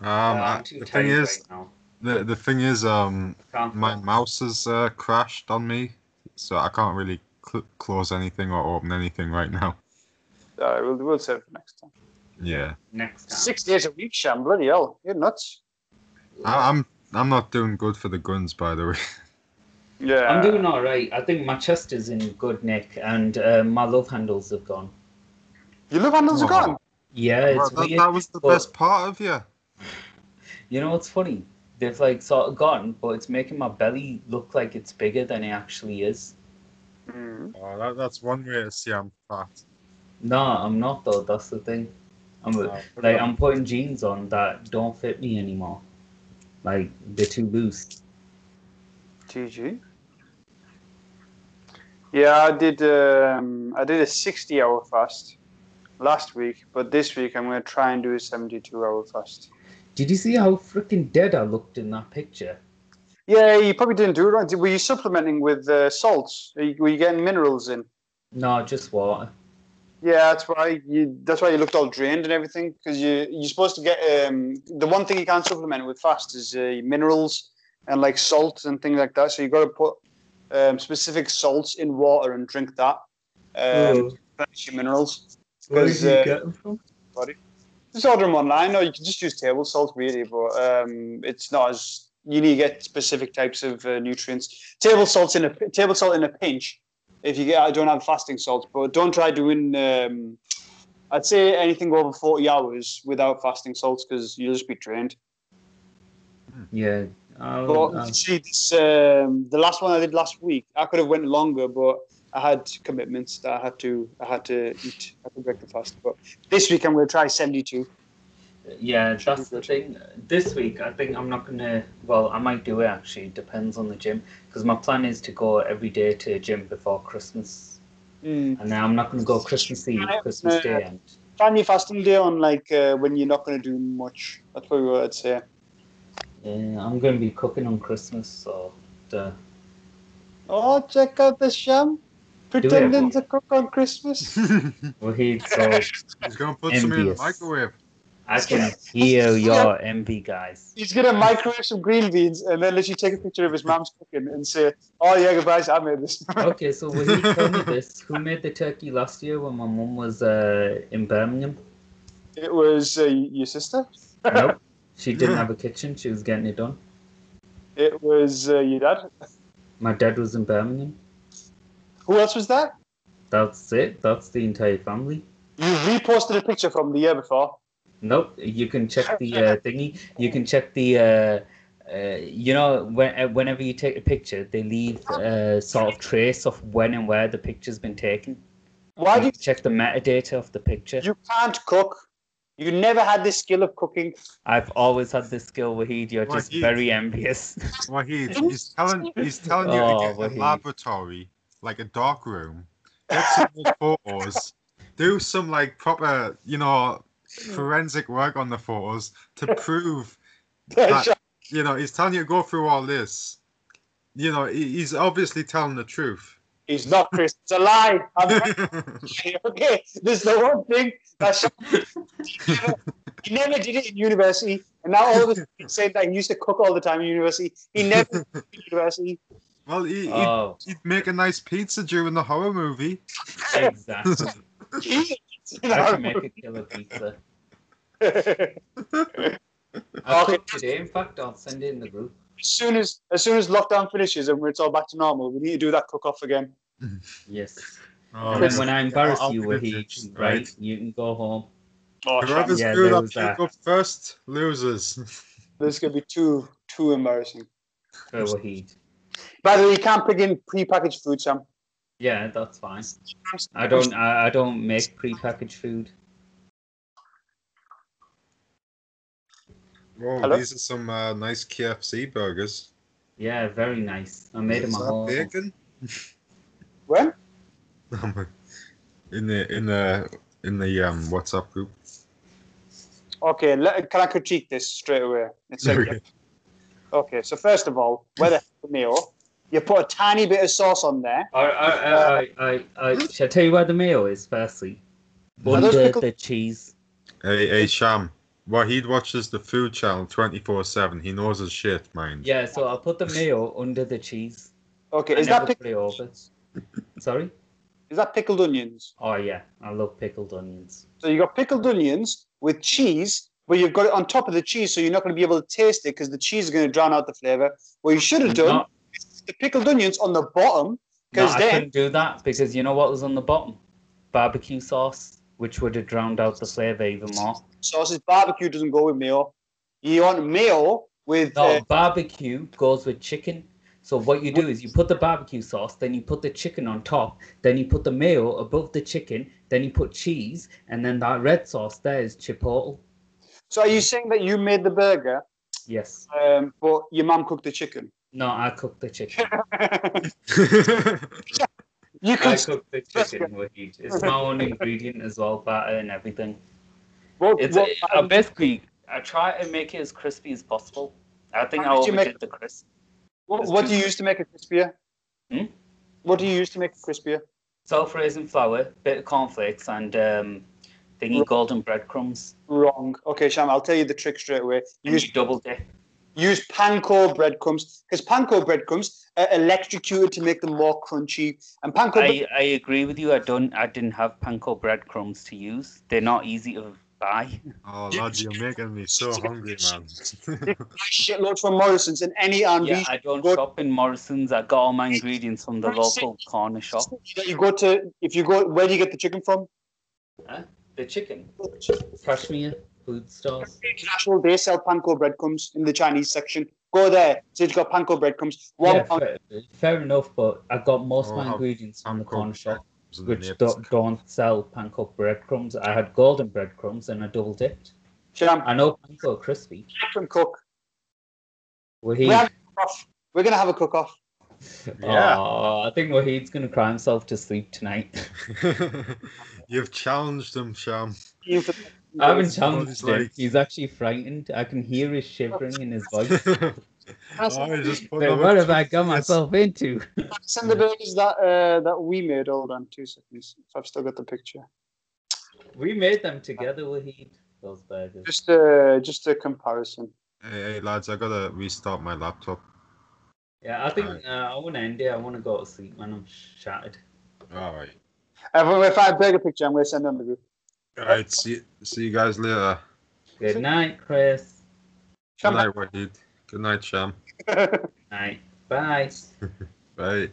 B: Um, I- the thing is,
E: right now.
B: the, the thing is, um,
E: Can't
B: my mouse has uh, crashed on me, so I can't really cl- close anything or open anything right now.
C: All right, Uh, we'll, we'll save it for next time.
B: Yeah,
A: Next time.
C: Six days a week, Sham. Bloody hell. You're nuts.
B: I, I'm I'm not doing good for the guns, by the way.
C: Yeah.
A: I'm doing all right. I think my chest is in good nick, and uh, my love handles have gone.
C: Your love handles are gone.
A: Yeah, it's
B: that,
A: weird.
B: that was the
A: but-
B: best part of you.
E: You know what's funny? They've like sort of gone, but it's making my belly look like it's bigger than it actually is.
B: Oh, that, that's one way to see I'm fat.
A: No, I'm not though. That's the thing. I'm like I'm putting jeans on that don't fit me anymore. Like they're too loose.
C: GG. Yeah, I did. Um, I did a sixty-hour fast last week, but this week I'm going to try and do a seventy-two hour fast.
A: Did you see how freaking dead I looked in that picture?
C: Yeah, you probably didn't do it right. Were you supplementing with uh, salts? Are you- Were you getting minerals in?
A: No, just water.
C: Yeah, that's why you. That's why you looked all drained and everything. Because you you're supposed to get um, the one thing you can't supplement with fast is uh, minerals and like salt and things like that. So you got to put um, specific salts in water and drink that. Um,
A: Oh,
C: replenish your minerals.
A: where did
C: 'cause,
A: you
C: uh,
A: get them from?
C: Just order them online, or you can just use table salt really. But um, it's not as you need to get specific types of uh, nutrients. Table salt in a table salt in a pinch. If you get, I don't have fasting salts, but don't try doing. Um, I'd say anything over forty hours without fasting salts because you'll just be drained.
A: Yeah. Oh,
C: But
A: uh,
C: see, this, um, the last one I did last week, I could have went longer, but I had commitments that I had to. I had to eat. I could break the fast. But this week I'm going to try seventy-two.
A: yeah, that's the thing. This week, I think I'm not gonna. Well, I might do it actually. Depends on the gym, because my plan is to go every day to a gym before Christmas,
C: Mm.
A: and now I'm not gonna go Christmas Eve, Christmas Day, and
C: Plan your fasting day on like uh, when you're not going to do much. That's probably what I'd say.
A: Yeah, I'm going to be cooking on Christmas, so uh,
C: Oh, check out the sham. Pretending to cook on Christmas.
A: Well, he's so
B: He's gonna put some in the
A: Envious.
B: microwave.
A: I can hear your envy, guys.
C: He's going to microwave some green beans and then literally take a picture of his mom's cooking and say, oh, yeah, guys, I made this.
A: Okay, so will you tell me this? Who made the turkey last year when my mum was uh, in Birmingham?
C: it was uh, your sister.
A: Nope. She didn't have a kitchen. She was getting it done.
C: It was uh, your dad.
A: My dad was in Birmingham.
C: Who else was that?
A: That's it. That's the entire family.
C: You reposted a picture from the year before.
A: Nope. You can check the uh, thingy. You can check the. Uh, uh, you know, when, uh, whenever you take a picture, they leave uh, sort of trace of when and where the picture's been taken.
C: Why do you,
A: check the metadata of the picture?
C: you can't cook? You never had the skill of cooking.
A: I've always had this skill, Wahid. You're
B: Wahid.
A: just very envious.
B: Wahid, he's telling he's telling you
A: Oh,
B: to get a
A: Wahid.
B: laboratory, like a dark room, get some more photos, do some like proper, you know, forensic work on the photos to prove, That- you know, he's telling you to go through all this. You know, he, he's obviously telling the truth.
C: He's not Chris. It's a lie. I'm not okay, there's the one thing that Sean- he never, he never did it in university, and now all of us saying that he used to cook all the time in university. He never did it in university.
B: well, he, he'd,
A: oh,
B: he'd make a nice pizza during the horror movie. Oh,
A: exactly.
C: Jesus.
A: I can make a killer pizza. I
C: Okay.
A: cooked today. In fact, I'll send it in the group.
C: as soon as as soon as lockdown finishes and it's all back to normal, we need to do that cook off again.
A: Yes.
B: Oh,
A: and then when I embarrass
B: I'll
A: you,
B: give it
A: Wahid,
B: to you,
A: right,
B: right?
A: You can go home.
C: Oh, Sean,
B: Whoever's
A: Yeah,
B: screwed
A: there
B: up
A: was that.
B: pick up first loses.
C: this is gonna be too too embarrassing.
A: for Wahid.
C: By the way, you can't pick in prepackaged food, Sam.
A: Yeah, that's fine. I don't. I, I don't make prepackaged food.
B: Whoa,
C: Hello?
B: these are some uh, nice KFC burgers.
A: Yeah, very nice. I made
B: Is
A: them at
B: that
A: home.
B: bacon?
C: When?
B: in the in the in the um WhatsApp group.
C: Okay, let, can I critique this straight away? It's like,
B: Okay.
C: Okay, so first of all, where the hell mayo? You put a tiny bit of sauce on there.
A: I, I, I, I, I, I, shall I tell you where the mayo is? Firstly,
C: Are
A: under
C: those pickles-
A: the cheese.
B: Hey, hey, Sham. Wahid watches the food channel 24 7. He knows his shit, mind.
A: Yeah, so I'll put the mayo under the cheese.
C: Okay,
A: I
C: is that
A: never
C: pic-
A: put it over. Sorry.
C: is that pickled onions?
A: Oh yeah, I love pickled onions.
C: So you got pickled onions with cheese, but you've got it on top of the cheese, so you're not going to be able to taste it because the cheese is going to drown out the flavor. What you should have done
A: No,
C: is the pickled onions on the bottom
A: no,
C: because
A: I
C: then
A: couldn't do that because you know what was on the bottom? Barbecue sauce, which would have drowned out the flavor even more.
C: sauce is barbecue doesn't go with mayo. You want mayo with
A: No,
C: uh,
A: barbecue goes with chicken. So what you do is you put the barbecue sauce, then you put the chicken on top, then you put the mayo above the chicken, then you put cheese, and then that red sauce there is chipotle.
C: so are you saying that you made the burger,
A: Yes.
C: um, but your mum cooked the chicken?
A: No, I cooked the chicken.
C: You
A: I
C: could
A: cooked the chicken with heat. It's my own ingredient as well, butter and everything.
C: what,
A: It's
C: what-
A: I basically I try and make it as crispy as possible. I think I
C: How did you
A: overdid
C: make-
A: the crisp.
C: What, what do you use to make it crispier?
A: Hmm?
C: What do you use to make it crispier?
A: Self-raising flour, bit of cornflakes, and um, thingy golden breadcrumbs.
C: Wrong. Okay, Sham, I'll tell you the trick straight away.
A: And you
C: Use
A: double dip.
C: use panko breadcrumbs because panko breadcrumbs are electrocuted to make them more crunchy. And panko bread-
A: I, I agree with you. I don't. I didn't have panko breadcrumbs to use. They're not easy to buy.
B: Oh, lad, you're making me so hungry, man.
C: shitloads from Morrison's and any R&B
A: Yeah, I don't
C: Good.
A: shop in Morrison's. I got all my ingredients from the local corner shop.
C: that you go to. If you go, where do you get the chicken from?
A: The chicken, Kashmir food stores.
C: International, they sell panko breadcrumbs in the Chinese section. Go there. So you've got panko breadcrumbs. One
A: Yeah,
C: pound-
A: fair, fair enough. But I got most of
B: Oh,
A: my
B: I've-
A: ingredients from the
B: panko
A: corner shop,
B: Some
A: which
B: nips.
A: don't, don't sell panko breadcrumbs. I had golden breadcrumbs and I double dipped.
C: Sham,
A: I know panko are crispy.
C: I can cook.
A: Wahid,
C: We're, we're gonna have a cook off.
B: Yeah.
A: Aw, I think Wahid's gonna cry himself to sleep tonight.
B: You've challenged him, Sham.
A: I haven't
B: Well, he's
A: challenged him.
B: like-
A: He's actually frightened. I can hear his shivering in his voice.
C: Send
B: I Oh, just put
A: But
B: number
A: what have I
B: two.
A: got
B: Yes.
A: myself into?
C: the burgers that uh, that we made. Hold on, two seconds. If I've still got the picture.
A: We made them together, Wahid. Those burgers.
C: Just uh, just a comparison.
B: Hey, hey, lads, I gotta restart my laptop.
A: Yeah, I think
B: Alright.
A: uh, I want to end it. I want to go to sleep, man. I'm shattered.
B: All right.
C: Everyone, if I have burger picture, I'm gonna send it on the group.
B: All right. See, see you guys later.
A: Good night, Chris.
B: Good
C: Come
B: night, Wahid. Good night, Sham.
C: back.
A: Night. Bye.
B: Bye.